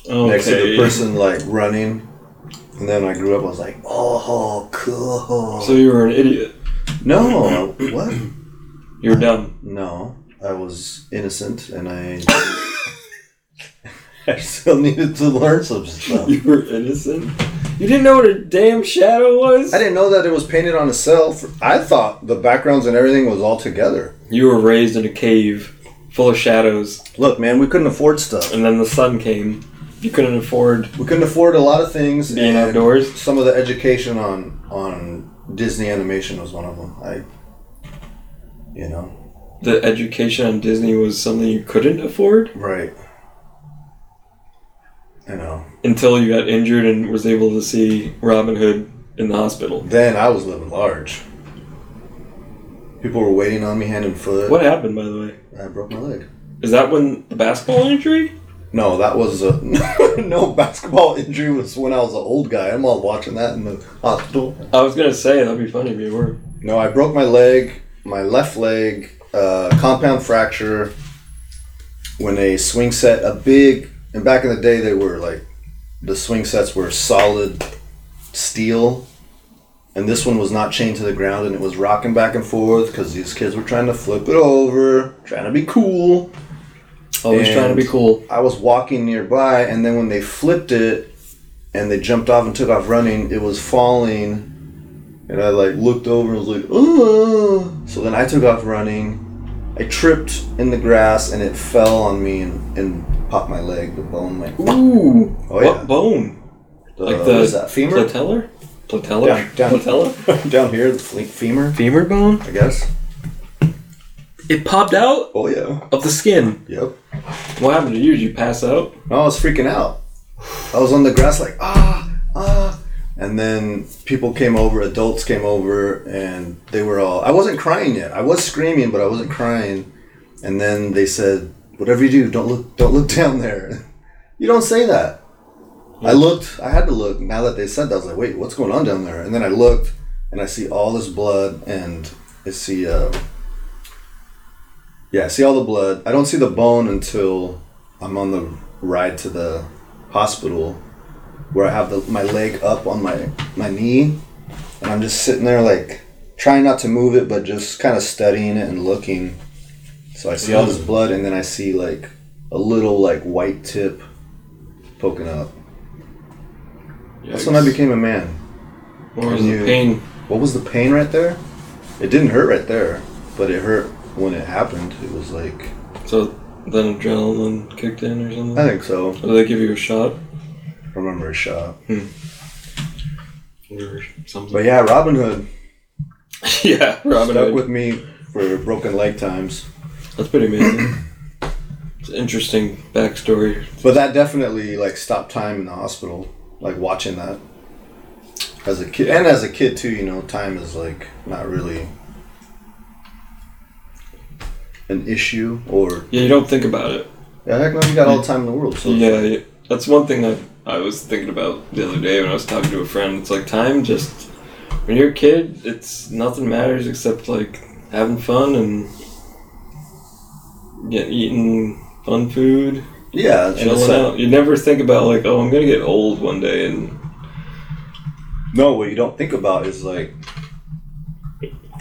[SPEAKER 1] Oh, Okay.
[SPEAKER 2] Next to the person like running. And then when I grew up, I was like, "Oh, cool."
[SPEAKER 1] So you were an idiot.
[SPEAKER 2] no, what?
[SPEAKER 1] You were dumb.
[SPEAKER 2] No, I was innocent, and I I still needed to learn some stuff.
[SPEAKER 1] You were innocent. You didn't know what a damn shadow was.
[SPEAKER 2] I didn't know that it was painted on a cell. For, I thought the backgrounds and everything was all together.
[SPEAKER 1] You were raised in a cave full of shadows,
[SPEAKER 2] Look, man, we couldn't afford stuff.
[SPEAKER 1] and then the sun came. You couldn't afford
[SPEAKER 2] We couldn't afford a lot of things.
[SPEAKER 1] being
[SPEAKER 2] and-
[SPEAKER 1] outdoors.
[SPEAKER 2] some of the education on on Disney animation was one of them. I, you know,
[SPEAKER 1] The education on Disney was something you couldn't afford
[SPEAKER 2] right. You know,
[SPEAKER 1] until you got injured and was able to see Robin Hood in the hospital.
[SPEAKER 2] then I was living large. People were waiting on me hand and foot.
[SPEAKER 1] What happened, by the way?
[SPEAKER 2] I broke my leg.
[SPEAKER 1] Is that when the basketball injury?
[SPEAKER 2] No, that was a no basketball injury. Was when I was an old guy. I'm all watching that in the hospital.
[SPEAKER 1] I was gonna say that'd be funny if you were.
[SPEAKER 2] No, I broke my leg, my left leg, uh, compound fracture when a swing set, a big, and back in the day they were like, the swing sets were solid steel, and this one was not chained to the ground and it was rocking back and forth because these kids were trying to flip it over, trying to be cool.
[SPEAKER 1] Always trying to be
[SPEAKER 2] And-
[SPEAKER 1] cool.
[SPEAKER 2] I was walking nearby, and then when they flipped it and they jumped off and took off running, it was falling. And I like looked over and was like, oh. So then I took off running. I tripped in the grass and it fell on me and, and popped my leg, the bone, like
[SPEAKER 1] Ooh,
[SPEAKER 2] Oh,
[SPEAKER 1] what
[SPEAKER 2] yeah.
[SPEAKER 1] bone?
[SPEAKER 2] the,
[SPEAKER 1] Like
[SPEAKER 2] what
[SPEAKER 1] the
[SPEAKER 2] is that femur
[SPEAKER 1] Patellar? Patellar?
[SPEAKER 2] Yeah, down-
[SPEAKER 1] Platella?
[SPEAKER 2] down here, the fle- femur,
[SPEAKER 1] Femur bone?
[SPEAKER 2] I guess.
[SPEAKER 1] It popped out
[SPEAKER 2] Oh yeah,
[SPEAKER 1] of the skin.
[SPEAKER 2] yep.
[SPEAKER 1] What happened to you? Did you pass out?
[SPEAKER 2] No, I was freaking out. I was on the grass like ah ah, and then people came over, adults came over, and they were all. I wasn't crying yet. I was screaming, but I wasn't crying. And then they said, "Whatever you do, don't look, don't look down there. You don't say that." I looked. I had to look. Now that they said that, I was like, "Wait, what's going on down there?" And then I looked, and I see all this blood, and I see. Uh, yeah, I see all the blood. I don't see the bone until I'm on the ride to the hospital where I have the, my leg up on my, my knee and I'm just sitting there like trying not to move it but just kind of studying it and looking. So I see all this blood and then I see like a little like white tip poking up. That's when I became a man.
[SPEAKER 1] Or was
[SPEAKER 2] you-
[SPEAKER 1] the pain?
[SPEAKER 2] What was the pain right there? It didn't hurt right there, but it hurt when it happened. It was like
[SPEAKER 1] So then adrenaline kicked in or something?
[SPEAKER 2] I think so.
[SPEAKER 1] Or they give you a shot
[SPEAKER 2] I remember a shot.
[SPEAKER 1] or something?
[SPEAKER 2] But yeah, Robin Hood
[SPEAKER 1] yeah, Robin
[SPEAKER 2] stuck
[SPEAKER 1] Hood.
[SPEAKER 2] with me for broken leg times.
[SPEAKER 1] That's pretty amazing. it's an interesting backstory.
[SPEAKER 2] But that definitely like stopped time in the hospital, like watching that as a kid, and as a kid too. You know, time is like not really an issue, or
[SPEAKER 1] Yeah, you don't think about it.
[SPEAKER 2] yeah, heck, no, you got all the time in the world. So
[SPEAKER 1] Yeah, y- that's one thing I, I was thinking about the other day when I was talking to a friend. It's like time just when you're a kid, it's nothing matters except like having fun and getting eating fun food,
[SPEAKER 2] yeah, and it's
[SPEAKER 1] chilling
[SPEAKER 2] like-
[SPEAKER 1] out. You never think about like, oh, I'm gonna get old one day, and
[SPEAKER 2] No, what you don't think about is like,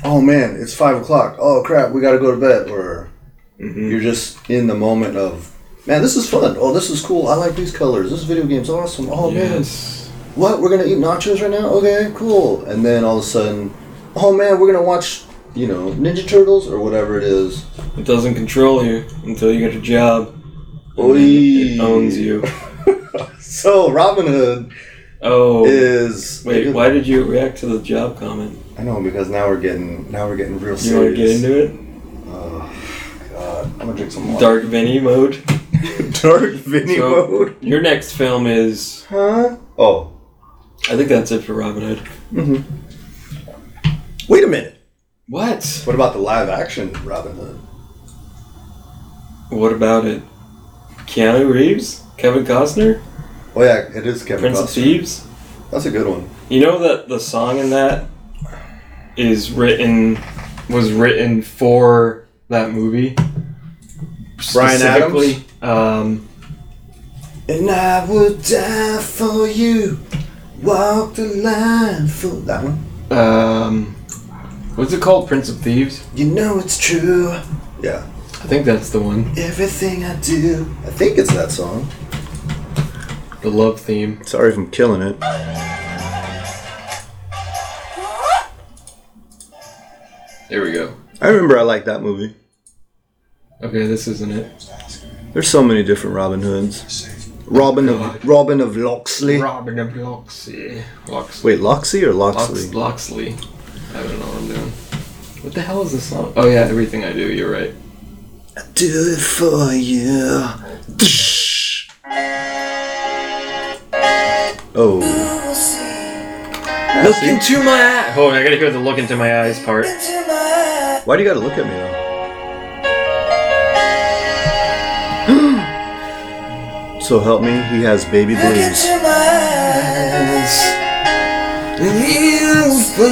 [SPEAKER 2] oh man, it's five o'clock. Oh crap, we gotta go to bed. Or
[SPEAKER 1] Mm.
[SPEAKER 2] you're just in the moment of, man, this is fun. Oh, this is cool. I like these colors. This video game's awesome. Oh man,
[SPEAKER 1] yes,
[SPEAKER 2] what? We're gonna eat nachos right now? Okay, cool. And then all of a sudden, oh man, we're gonna watch, you know, Ninja Turtles or whatever it is.
[SPEAKER 1] it doesn't control you until you get a job. and then
[SPEAKER 2] Oy.
[SPEAKER 1] It owns you.
[SPEAKER 2] So Robin Hood
[SPEAKER 1] Oh,
[SPEAKER 2] is.
[SPEAKER 1] wait, why did you react to the job comment?
[SPEAKER 2] I know because now we're getting now we're getting real
[SPEAKER 1] You want to
[SPEAKER 2] serious.
[SPEAKER 1] get into it?
[SPEAKER 2] God, I'm gonna drink some water.
[SPEAKER 1] Dark Vinny mode.
[SPEAKER 2] Dark, dark Vinny
[SPEAKER 1] So-
[SPEAKER 2] mode.
[SPEAKER 1] Your next film is.
[SPEAKER 2] Huh? Oh.
[SPEAKER 1] I think that's it for Robin Hood.
[SPEAKER 2] Wait a minute.
[SPEAKER 1] What?
[SPEAKER 2] What about the live action Robin Hood?
[SPEAKER 1] What about it? Keanu Reeves? Kevin Costner?
[SPEAKER 2] Oh yeah, it is Kevin
[SPEAKER 1] Prince of
[SPEAKER 2] Costner.
[SPEAKER 1] Thieves?
[SPEAKER 2] That's a good one.
[SPEAKER 1] You know that the song in that is written. was written for that movie?
[SPEAKER 2] Bryan Adams?
[SPEAKER 1] Specifically, Um,
[SPEAKER 2] And I would die for you. Walk the line for that one.
[SPEAKER 1] um. What's it called? Prince of Thieves?
[SPEAKER 2] You know it's true. Yeah.
[SPEAKER 1] I think that's the one.
[SPEAKER 2] Everything I do. I think it's that song.
[SPEAKER 1] The love theme.
[SPEAKER 2] Sorry if I'm killing it.
[SPEAKER 1] There we go.
[SPEAKER 2] I remember I liked that movie.
[SPEAKER 1] Okay, this isn't it.
[SPEAKER 2] There's so many different Robin Hoods. Robin of Robin of Loxley.
[SPEAKER 1] Robin of Loxley. Loxley.
[SPEAKER 2] Wait, Loxley or
[SPEAKER 1] Lox- Loxley. I don't know what I'm doing. What the hell is this song? Oh yeah, everything I do. You're right.
[SPEAKER 2] Do it for you. Oh.
[SPEAKER 1] Look into my eye. Hold on, I gotta hear the look into my eyes part.
[SPEAKER 2] Why do you gotta look at me though? so help me, he has baby blues.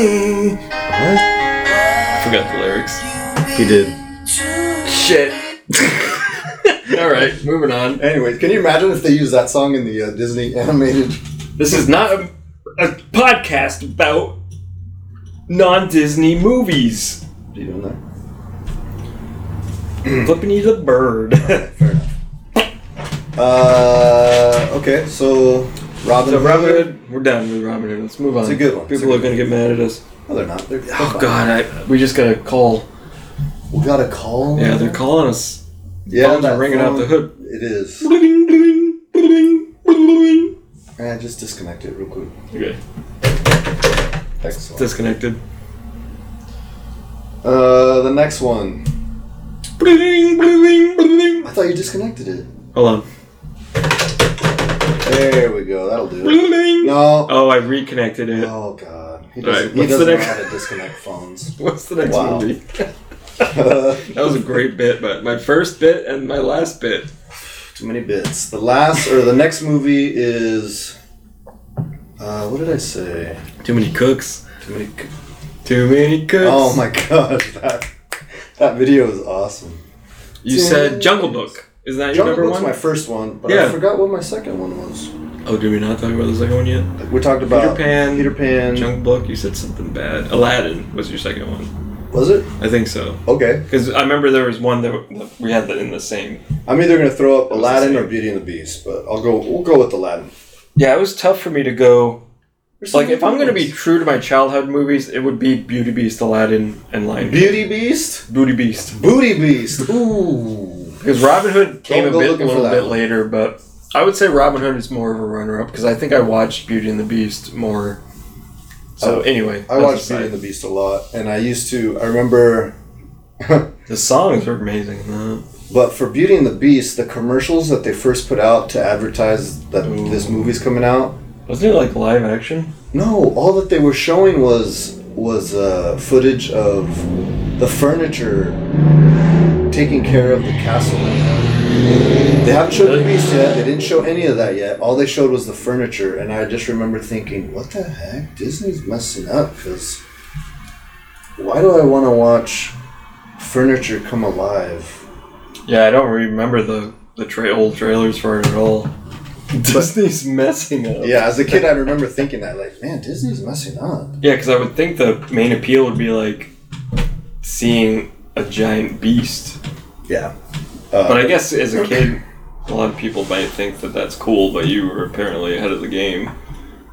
[SPEAKER 2] What?
[SPEAKER 1] I forgot the lyrics.
[SPEAKER 2] He did.
[SPEAKER 1] Shit. All right, moving on.
[SPEAKER 2] Anyways, can you imagine if they used that song in the uh, Disney animated?
[SPEAKER 1] This is not a, a podcast about non-Disney movies.
[SPEAKER 2] What are you doing there?
[SPEAKER 1] Hmm. Flipping you the bird.
[SPEAKER 2] Fair enough. Uh, okay, so Robin.
[SPEAKER 1] So Robin
[SPEAKER 2] Hood-
[SPEAKER 1] Hood, we're done with Robin Hood. Let's move on.
[SPEAKER 2] It's a good one. It's a
[SPEAKER 1] People are
[SPEAKER 2] good
[SPEAKER 1] gonna get mad at us.
[SPEAKER 2] No, they're not. They're,
[SPEAKER 1] Oh God, I, we just got a call.
[SPEAKER 2] we got a call.
[SPEAKER 1] Yeah, they're calling us.
[SPEAKER 2] Yeah,
[SPEAKER 1] Phones
[SPEAKER 2] that
[SPEAKER 1] are ringing out
[SPEAKER 2] phone-
[SPEAKER 1] the hood.
[SPEAKER 2] It is.
[SPEAKER 1] Bling, bling, bling, bling.
[SPEAKER 2] Eh, just disconnect it real quick.
[SPEAKER 1] Okay,
[SPEAKER 2] Excellent.
[SPEAKER 1] disconnected.
[SPEAKER 2] Uh, the next one.
[SPEAKER 1] Bling, bling, bling.
[SPEAKER 2] I thought you disconnected it.
[SPEAKER 1] Hold on.
[SPEAKER 2] There we go. That'll do it.
[SPEAKER 1] Bling.
[SPEAKER 2] No.
[SPEAKER 1] Oh, I reconnected it.
[SPEAKER 2] Oh God. He
[SPEAKER 1] All right,
[SPEAKER 2] doesn't. He
[SPEAKER 1] what's the
[SPEAKER 2] doesn't know
[SPEAKER 1] next-
[SPEAKER 2] how to disconnect phones.
[SPEAKER 1] What's the next
[SPEAKER 2] Wow.
[SPEAKER 1] movie? That was a great bit, but my first bit and my last bit.
[SPEAKER 2] Too many bits. The last or the next movie is. Uh, what did I say?
[SPEAKER 1] Too many cooks.
[SPEAKER 2] Too many. c-
[SPEAKER 1] Too many cooks.
[SPEAKER 2] Oh my God. That that video is awesome.
[SPEAKER 1] You
[SPEAKER 2] Too
[SPEAKER 1] said
[SPEAKER 2] many
[SPEAKER 1] Jungle Book. Isn't that
[SPEAKER 2] Jungle
[SPEAKER 1] your
[SPEAKER 2] Book's
[SPEAKER 1] number
[SPEAKER 2] my
[SPEAKER 1] one?
[SPEAKER 2] first one, but I
[SPEAKER 1] Yeah.
[SPEAKER 2] forgot what my second one was.
[SPEAKER 1] oh, did we not talk about the second one yet?
[SPEAKER 2] We talked about
[SPEAKER 1] Peter Pan.
[SPEAKER 2] Peter Pan.
[SPEAKER 1] Jungle Book. You said something bad. Aladdin was your second one.
[SPEAKER 2] was it?
[SPEAKER 1] I think so.
[SPEAKER 2] Okay.
[SPEAKER 1] Because I remember there was one that that we had that in the same.
[SPEAKER 2] I'm either gonna throw up
[SPEAKER 1] was
[SPEAKER 2] Aladdin
[SPEAKER 1] the
[SPEAKER 2] or Beauty and the Beast, but I'll go. We'll go with Aladdin.
[SPEAKER 1] Yeah, it was tough for me to go.
[SPEAKER 2] There's some
[SPEAKER 1] Like, if
[SPEAKER 2] good
[SPEAKER 1] I'm gonna be
[SPEAKER 2] ones.
[SPEAKER 1] true to my childhood movies, it would be Beauty Beast, Aladdin, and Lion King.
[SPEAKER 2] Beauty Beast,
[SPEAKER 1] Booty Beast.
[SPEAKER 2] Booty Beast. Ooh.
[SPEAKER 1] Because Robin Hood came a
[SPEAKER 2] go
[SPEAKER 1] bit,
[SPEAKER 2] looking for
[SPEAKER 1] little
[SPEAKER 2] that
[SPEAKER 1] bit
[SPEAKER 2] one.
[SPEAKER 1] later, but I would say Robin Hood is more of a runner-up because I think I watched Beauty and the Beast more. So
[SPEAKER 2] Oh,
[SPEAKER 1] anyway,
[SPEAKER 2] I
[SPEAKER 1] that's
[SPEAKER 2] watched
[SPEAKER 1] aside.
[SPEAKER 2] Beauty and the Beast a lot, and I used to. I remember,
[SPEAKER 1] the songs are amazing. though.
[SPEAKER 2] but for Beauty and the Beast, the commercials that they first put out to advertise that
[SPEAKER 1] Ooh.
[SPEAKER 2] this movie's coming out.
[SPEAKER 1] Wasn't it like live action?
[SPEAKER 2] No, all that they were showing was was uh, footage of the furniture taking care of the castle. They haven't showed the
[SPEAKER 1] Really?
[SPEAKER 2] beast yet. They didn't show any of that yet. All they showed was the furniture, and I just remember thinking, "What the heck? Disney's messing up." Because why do I want to watch furniture come alive?
[SPEAKER 1] Yeah, I don't remember the the tra- old trailers for it at all. Disney's messing up.
[SPEAKER 2] Yeah, as a kid, I remember thinking that, like, man, Disney's messing up.
[SPEAKER 1] yeah, because I would think the main appeal would be like seeing a giant beast.
[SPEAKER 2] Yeah,
[SPEAKER 1] But
[SPEAKER 2] uh,
[SPEAKER 1] I guess as a kid, a lot of people might think that that's cool, but you were apparently ahead of the game.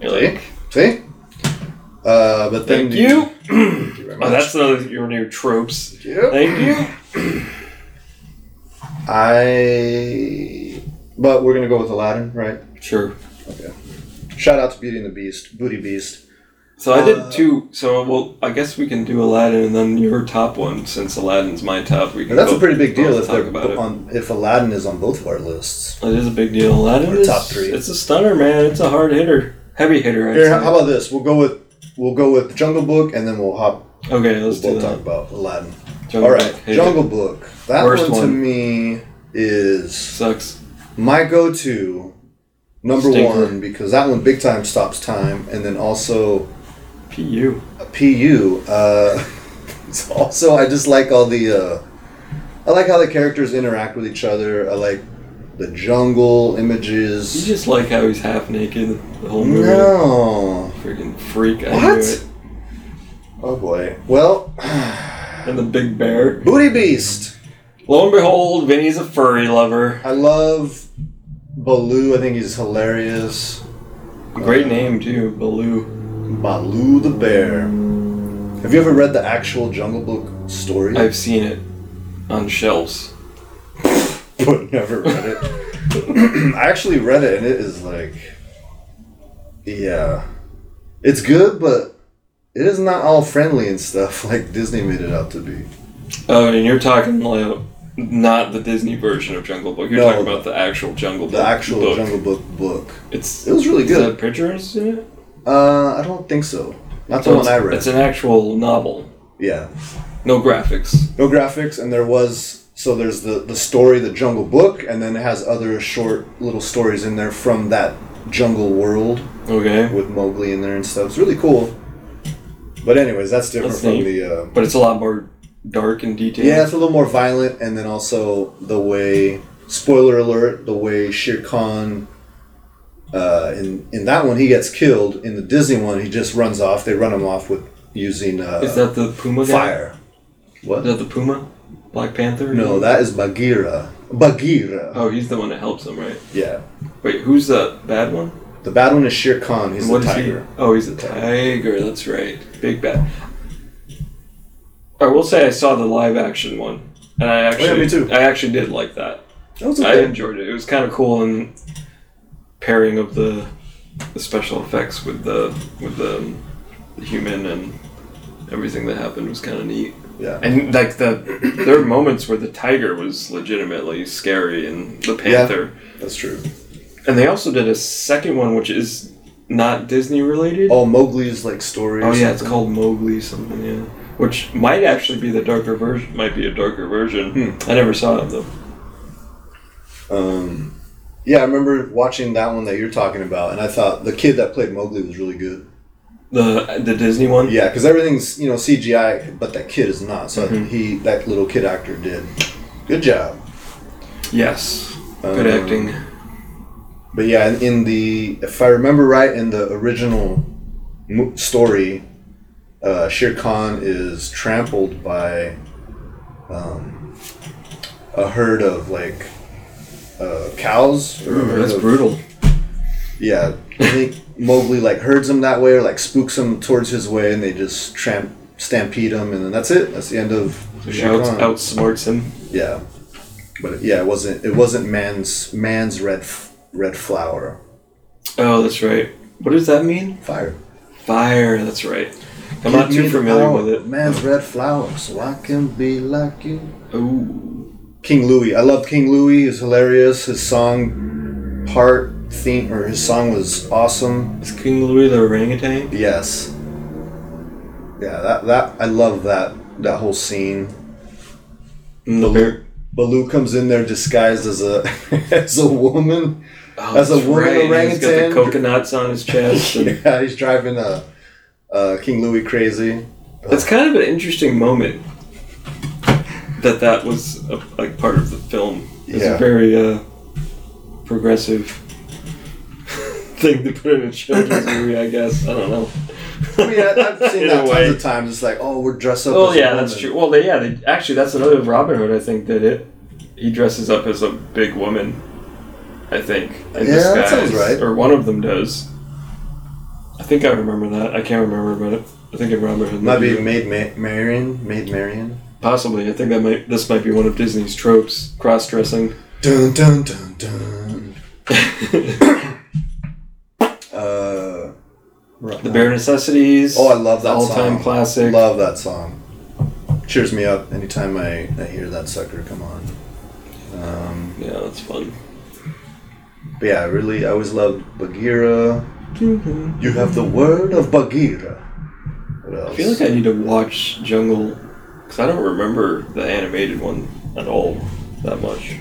[SPEAKER 1] You're like,
[SPEAKER 2] see. Uh, but then
[SPEAKER 1] thank you.
[SPEAKER 2] Thank you very
[SPEAKER 1] Oh,
[SPEAKER 2] much.
[SPEAKER 1] that's another your new tropes.
[SPEAKER 2] Yep.
[SPEAKER 1] Thank you.
[SPEAKER 2] I. But we're gonna go with Aladdin, right?
[SPEAKER 1] Sure.
[SPEAKER 2] Shout out to Beauty and the Beast, Booty Beast.
[SPEAKER 1] So I
[SPEAKER 2] Uh,
[SPEAKER 1] did two. So well, I guess we can do Aladdin and then your top one, since Aladdin's my top. We can.
[SPEAKER 2] And that's a
[SPEAKER 1] both-
[SPEAKER 2] pretty big deal
[SPEAKER 1] both
[SPEAKER 2] if
[SPEAKER 1] talk
[SPEAKER 2] they're
[SPEAKER 1] about it.
[SPEAKER 2] on if Aladdin is on both of our lists.
[SPEAKER 1] It is a big deal. Aladdin
[SPEAKER 2] Our
[SPEAKER 1] is
[SPEAKER 2] top three.
[SPEAKER 1] It's a stunner, man. It's a hard hitter, heavy hitter. I'd
[SPEAKER 2] Here,
[SPEAKER 1] say.
[SPEAKER 2] how about this? We'll go with we'll go with Jungle Book, and then we'll hop.
[SPEAKER 1] okay, let's
[SPEAKER 2] we'll
[SPEAKER 1] do
[SPEAKER 2] talk
[SPEAKER 1] that.
[SPEAKER 2] about Aladdin.
[SPEAKER 1] Jungle
[SPEAKER 2] All right,
[SPEAKER 1] Book, hate
[SPEAKER 2] Jungle Book. That
[SPEAKER 1] Worst
[SPEAKER 2] one to
[SPEAKER 1] one.
[SPEAKER 2] me
[SPEAKER 1] it.
[SPEAKER 2] is
[SPEAKER 1] sucks.
[SPEAKER 2] my go-to number
[SPEAKER 1] Stinker.
[SPEAKER 2] one because that one big time stops time, and then also
[SPEAKER 1] Pu.
[SPEAKER 2] PU. Uh, it's also, I just like all the. Uh, I like how the characters interact with each other. I like the jungle
[SPEAKER 1] You
[SPEAKER 2] images.
[SPEAKER 1] just like how he's half naked the whole movie.
[SPEAKER 2] No.
[SPEAKER 1] Freaking freak! I knew
[SPEAKER 2] What?
[SPEAKER 1] it.
[SPEAKER 2] Oh boy. Well,
[SPEAKER 1] And the big bear.
[SPEAKER 2] Booty Beast.
[SPEAKER 1] Lo and behold, Vinny's a furry lover.
[SPEAKER 2] I love Baloo. I think he's hilarious.
[SPEAKER 1] Great name too, Baloo.
[SPEAKER 2] Baloo the bear. Have you ever read the actual Jungle Book story?
[SPEAKER 1] I've seen it on shelves.
[SPEAKER 2] but never read it. I actually read it, and it is like, yeah, it's good, but it is not all friendly and stuff like Disney made it out to be.
[SPEAKER 1] Oh, and you're talking like not the Disney version of Jungle Book. You're
[SPEAKER 2] No.
[SPEAKER 1] talking about the actual Jungle Book.
[SPEAKER 2] The actual
[SPEAKER 1] book.
[SPEAKER 2] Jungle Book book.
[SPEAKER 1] It's
[SPEAKER 2] It was really
[SPEAKER 1] Is
[SPEAKER 2] good.
[SPEAKER 1] that pictures in it?
[SPEAKER 2] Uh, I don't think so. Not the
[SPEAKER 1] So
[SPEAKER 2] one
[SPEAKER 1] it's-
[SPEAKER 2] I read.
[SPEAKER 1] It's an actual novel,
[SPEAKER 2] yeah,
[SPEAKER 1] no graphics.
[SPEAKER 2] no graphics, and there was so there's the the story, the Jungle Book, and then it has other short little stories in there from that jungle world.
[SPEAKER 1] Okay,
[SPEAKER 2] with Mowgli in there and stuff. It's really cool. But anyways, that's different
[SPEAKER 1] That's
[SPEAKER 2] from
[SPEAKER 1] neat.
[SPEAKER 2] the. Uh,
[SPEAKER 1] but it's a lot more dark and detailed.
[SPEAKER 2] yeah, it's a little more violent, and then also the way. Spoiler alert: the way Shere Khan. Uh, in in that one, he gets killed. In the Disney one, he just runs off. They run him off with using uh,
[SPEAKER 1] Is that the Puma guy?
[SPEAKER 2] fire.
[SPEAKER 1] Is
[SPEAKER 2] What?
[SPEAKER 1] that the Puma? Black Panther?
[SPEAKER 2] No, that is Bagheera. Bagheera.
[SPEAKER 1] Oh, he's the one that helps him, right?
[SPEAKER 2] Yeah.
[SPEAKER 1] Wait, who's the bad one?
[SPEAKER 2] The bad one is Shere Khan. He's
[SPEAKER 1] What
[SPEAKER 2] the
[SPEAKER 1] is he?
[SPEAKER 2] tiger.
[SPEAKER 1] Oh, he's a tiger. That's right. Big bad. I will say I saw the live action one, and I actually,
[SPEAKER 2] Oh, me too.
[SPEAKER 1] I actually did like that.
[SPEAKER 2] That was
[SPEAKER 1] I
[SPEAKER 2] okay.
[SPEAKER 1] enjoyed it. It was kind of cool and pairing of the the special effects with the with the, um, the human and everything that happened was kind of neat.
[SPEAKER 2] Yeah.
[SPEAKER 1] And like the there were moments where the tiger was legitimately scary and the
[SPEAKER 2] Yeah.
[SPEAKER 1] panther.
[SPEAKER 2] That's true.
[SPEAKER 1] And they also did a second one which is not Disney related.
[SPEAKER 2] Oh, Mowgli's like story. or
[SPEAKER 1] Oh yeah, it's
[SPEAKER 2] something.
[SPEAKER 1] called Mowgli something. Yeah, which might actually be the darker version. Might be a darker version.
[SPEAKER 2] Hmm.
[SPEAKER 1] I never saw it though.
[SPEAKER 2] Um, yeah, I remember watching that one that you're talking about, and I thought the kid that played Mowgli was really good.
[SPEAKER 1] The the Disney one.
[SPEAKER 2] Yeah, because everything's you know CGI, but that kid is not. So he, that little kid actor, did good job.
[SPEAKER 1] Yes. Good
[SPEAKER 2] Um,
[SPEAKER 1] acting.
[SPEAKER 2] But yeah, in, in the if I remember right, in the original mo- story, uh, Shere Khan is trampled by um, a herd of like uh, cows. Or a herd of-
[SPEAKER 1] brutal.
[SPEAKER 2] Yeah, I think Mowgli like herds them that way, or like spooks them towards his way, and they just tramp stampede him, and then that's it. That's the end of Shere
[SPEAKER 1] Shouts
[SPEAKER 2] Khan.
[SPEAKER 1] outsmarts him.
[SPEAKER 2] Yeah, but yeah, it wasn't it wasn't man's man's red f- red flower
[SPEAKER 1] Oh, that's right. What does that mean?
[SPEAKER 2] fire.
[SPEAKER 1] Fire. That's right. I'm
[SPEAKER 2] Give
[SPEAKER 1] not
[SPEAKER 2] me
[SPEAKER 1] too
[SPEAKER 2] the
[SPEAKER 1] familiar
[SPEAKER 2] power,
[SPEAKER 1] with it.
[SPEAKER 2] Man's red flower, so I can be like you.
[SPEAKER 1] Ooh.
[SPEAKER 2] King Louis. I love King Louis. He's hilarious. His song part theme or his song was awesome.
[SPEAKER 1] Is King Louis the orangutan?
[SPEAKER 2] Yes. Yeah, that that I love that that whole scene.
[SPEAKER 1] Mm, the bear.
[SPEAKER 2] Baloo comes in there disguised as a as a woman.
[SPEAKER 1] Oh,
[SPEAKER 2] That's a
[SPEAKER 1] that's
[SPEAKER 2] woman
[SPEAKER 1] right. He's got
[SPEAKER 2] orangutan.
[SPEAKER 1] the coconuts on his chest. And
[SPEAKER 2] Yeah, he's driving a, uh King Louis crazy.
[SPEAKER 1] That's kind of an interesting moment that that was a, like part of the film. It's
[SPEAKER 2] Yeah.
[SPEAKER 1] a very uh, progressive thing to put in a children's movie, I guess. I don't know.
[SPEAKER 2] I mean, I, I've seen that
[SPEAKER 1] Either
[SPEAKER 2] tons
[SPEAKER 1] way.
[SPEAKER 2] of times. It's like, oh, we're dressed up.
[SPEAKER 1] Oh
[SPEAKER 2] as a
[SPEAKER 1] yeah, that's
[SPEAKER 2] woman.
[SPEAKER 1] true. Well, they, yeah, they, actually, that's another Robin Hood. I think did it. He dresses up as a big woman. I think in
[SPEAKER 2] Yeah, that
[SPEAKER 1] disguise,
[SPEAKER 2] sounds right.
[SPEAKER 1] or one of them does. I think I remember that. I can't remember, but I think in Robin Hood,
[SPEAKER 2] Might be
[SPEAKER 1] maybe-
[SPEAKER 2] Maid Ma- Marian. Maid Marian.
[SPEAKER 1] possibly. I think that might this might be one of Disney's tropes: cross-dressing.
[SPEAKER 2] Dun dun dun dun. Uh,
[SPEAKER 1] The Bare Necessities.
[SPEAKER 2] Oh, I love that song.
[SPEAKER 1] all-time classic.
[SPEAKER 2] Love that song. Cheers me up anytime I, I hear that sucker come on. Um,
[SPEAKER 1] Yeah, that's fun.
[SPEAKER 2] but yeah, I really, I always loved Bagheera. You have the word of Bagheera. What else?
[SPEAKER 1] I feel like I need to watch Jungle because I don't remember the animated one at all that much.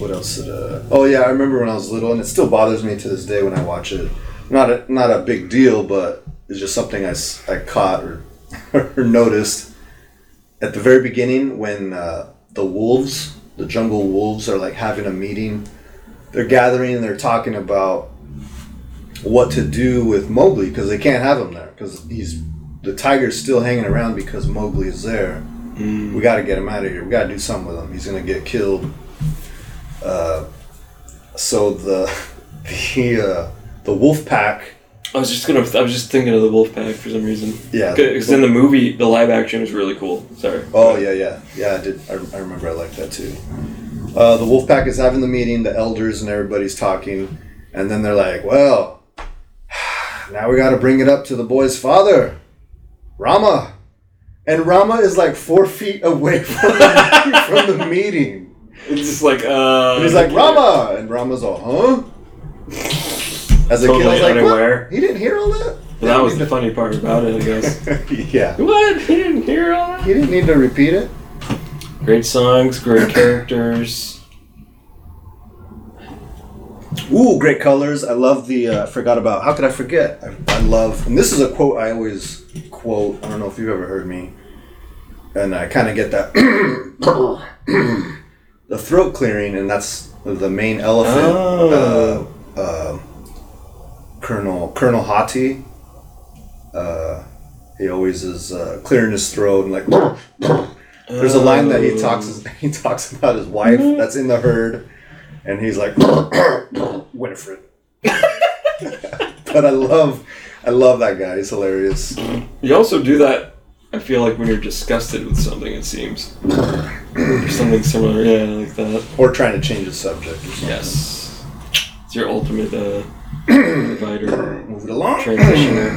[SPEAKER 2] what else did uh oh yeah i remember when i was little and it still bothers me to this day when i watch it not a not a big deal but it's just something i, s- I caught or, or noticed at the very beginning when uh, the wolves the jungle wolves are like having a meeting they're gathering and they're talking about what to do with mowgli because they can't have him there because he's the tiger's still hanging around because mowgli is there we got to get him out of here we got to do something with him he's gonna get killed so the the uh, the wolf pack.
[SPEAKER 1] I was just gonna. I was just thinking of the wolf pack for some reason.
[SPEAKER 2] Yeah.
[SPEAKER 1] Because in the movie, the live action was really cool. Sorry.
[SPEAKER 2] Oh yeah, yeah, yeah. I did. I, I remember. I liked that too. Uh, the wolf pack is having the meeting. The elders and everybody's talking, and then they're like, "Well, now we got to bring it up to the boy's father, Rama." And Rama is like four feet away from the, from the meeting.
[SPEAKER 1] It's just like. Uh,
[SPEAKER 2] And he's like, Rama! And Rama's all, huh? As a kid, I
[SPEAKER 1] Totally
[SPEAKER 2] was like,
[SPEAKER 1] unaware.
[SPEAKER 2] what? He didn't hear all that?
[SPEAKER 1] That was the funny part about it, I guess.
[SPEAKER 2] yeah.
[SPEAKER 1] what? He didn't hear all that?
[SPEAKER 2] You didn't need to repeat it.
[SPEAKER 1] Great songs, great characters.
[SPEAKER 2] Ooh, great colors. I love the. Uh, I forgot about. How could I forget? I, I love. And this is a quote I always quote. I don't know if you've ever heard me. And I kind of get that. the throat clearing, and that's the main elephant.
[SPEAKER 1] Oh.
[SPEAKER 2] Uh, uh, Colonel Colonel Hottie. Uh, he always is uh, clearing his throat and like. There's a line that he
[SPEAKER 1] Oh.
[SPEAKER 2] talks he talks about his wife that's in the herd, and he's like Winifred. but I love I love that guy. He's hilarious.
[SPEAKER 1] You also do that. I feel like when you're disgusted with something, it seems or something similar. Yeah, like that.
[SPEAKER 2] Or trying to change the subject. Or something.
[SPEAKER 1] Yes, it's your ultimate uh, provider
[SPEAKER 2] Move it along.
[SPEAKER 1] transitioner.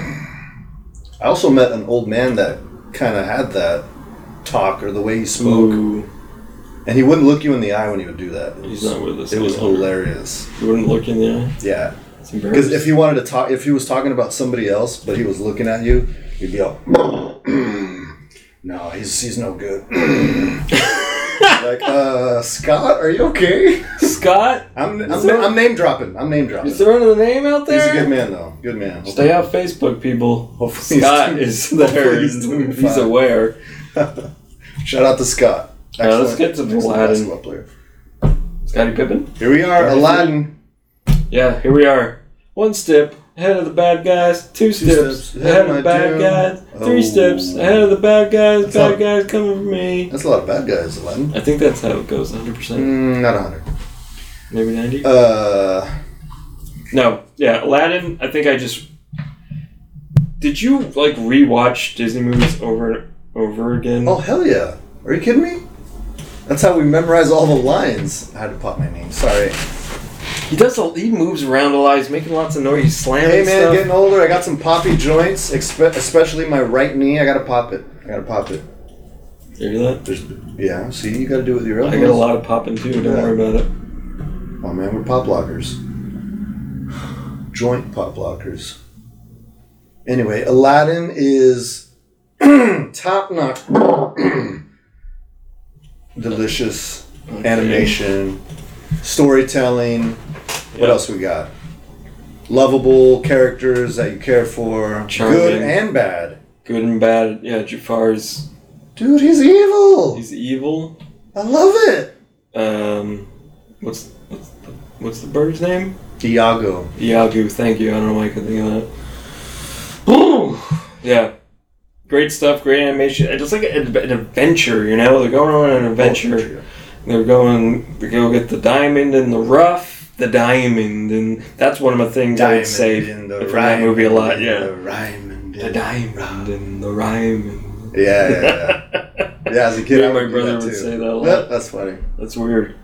[SPEAKER 2] I also met an old man that kind of had that talk or the way he spoke,
[SPEAKER 1] Ooh,
[SPEAKER 2] and he wouldn't look you in the eye when he would do that. It
[SPEAKER 1] Mm. he's
[SPEAKER 2] was,
[SPEAKER 1] not with us.
[SPEAKER 2] it was
[SPEAKER 1] anymore.
[SPEAKER 2] hilarious.
[SPEAKER 1] You wouldn't look in the eye.
[SPEAKER 2] Yeah.
[SPEAKER 1] It's
[SPEAKER 2] Because
[SPEAKER 1] embarrassing.
[SPEAKER 2] if he wanted to talk, if he was talking about somebody else, but he was looking at you, you'd be all, "No, he's he's no good." like, uh, Scott, are you okay?
[SPEAKER 1] Scott,
[SPEAKER 2] I'm I'm,
[SPEAKER 1] Is there-
[SPEAKER 2] I'm name dropping. I'm name dropping.
[SPEAKER 1] you throwing the name out
[SPEAKER 2] He's a
[SPEAKER 1] there.
[SPEAKER 2] good man though. Good man.
[SPEAKER 1] Stay off Facebook, people.
[SPEAKER 2] Hopefully he's
[SPEAKER 1] Scott
[SPEAKER 2] doing-
[SPEAKER 1] is
[SPEAKER 2] hopefully
[SPEAKER 1] there.
[SPEAKER 2] he's doing
[SPEAKER 1] He's,
[SPEAKER 2] fine.
[SPEAKER 1] aware.
[SPEAKER 2] Shout out to Scott.
[SPEAKER 1] Yeah, let's
[SPEAKER 2] Excellent-
[SPEAKER 1] get to the
[SPEAKER 2] excellent
[SPEAKER 1] Aladdin.
[SPEAKER 2] basketball player.
[SPEAKER 1] Scotty Pippen.
[SPEAKER 2] Here we are,
[SPEAKER 1] Scotty.
[SPEAKER 2] Aladdin.
[SPEAKER 1] Yeah, here we are. One step ahead of the bad guys. Two, steps,
[SPEAKER 2] steps
[SPEAKER 1] ahead of the bad
[SPEAKER 2] ahead, my
[SPEAKER 1] guys.
[SPEAKER 2] dear.
[SPEAKER 1] Three
[SPEAKER 2] Oh.
[SPEAKER 1] steps ahead of the bad guys.
[SPEAKER 2] That's
[SPEAKER 1] bad
[SPEAKER 2] not-
[SPEAKER 1] guys coming for me.
[SPEAKER 2] That's a lot of bad guys, Aladdin.
[SPEAKER 1] I think that's how it goes. 100, percent
[SPEAKER 2] Mm, not a hundred.
[SPEAKER 1] maybe 90.
[SPEAKER 2] Uh,
[SPEAKER 1] no, yeah, Aladdin. I think I just. Did you like rewatch Disney movies over and over again?
[SPEAKER 2] Oh hell yeah! Are you kidding me? That's how we memorize all the lines. I had to pop my name. Sorry.
[SPEAKER 1] He does. A, he moves around a lot. He's making lots of noise. He's slamming
[SPEAKER 2] Hey man,
[SPEAKER 1] stuff.
[SPEAKER 2] getting older. I got some poppy joints, expe- especially my right knee. I gotta pop it. I gotta pop it.
[SPEAKER 1] You hear that?
[SPEAKER 2] There's, yeah. See, you gotta do it with your own.
[SPEAKER 1] I got a
[SPEAKER 2] hands.
[SPEAKER 1] lot of popping too. Don't worry about it.
[SPEAKER 2] Oh man, we're pop lockers. Joint pop lockers. Anyway, Aladdin is top notch. Delicious animation, storytelling. What
[SPEAKER 1] Yeah.
[SPEAKER 2] else we got? Lovable characters that you care for, good
[SPEAKER 1] Charming.
[SPEAKER 2] and bad.
[SPEAKER 1] Good and bad. Yeah, Jafar's
[SPEAKER 2] Dude, he's evil.
[SPEAKER 1] he's evil.
[SPEAKER 2] I love it.
[SPEAKER 1] Um, what's what's the, what's the bird's name?
[SPEAKER 2] Iago.
[SPEAKER 1] Iagu. Thank you. I don't know why I could think of that. Ooh, yeah. Great stuff. Great animation. It's like an, an adventure. You know, they're going on an adventure. They're going to go get the diamond in the rough. The diamond, and that's one of the things I would say from
[SPEAKER 2] in the
[SPEAKER 1] that movie a lot.
[SPEAKER 2] rhyme,
[SPEAKER 1] Yeah,
[SPEAKER 2] The rhyme and
[SPEAKER 1] the
[SPEAKER 2] in-
[SPEAKER 1] diamond and the rhyme. And
[SPEAKER 2] Yeah, yeah, yeah. yeah, as a kid,
[SPEAKER 1] Yeah,
[SPEAKER 2] I
[SPEAKER 1] my
[SPEAKER 2] would do
[SPEAKER 1] brother
[SPEAKER 2] that
[SPEAKER 1] would
[SPEAKER 2] too.
[SPEAKER 1] say that a lot.
[SPEAKER 2] Yep, that's funny.
[SPEAKER 1] That's weird.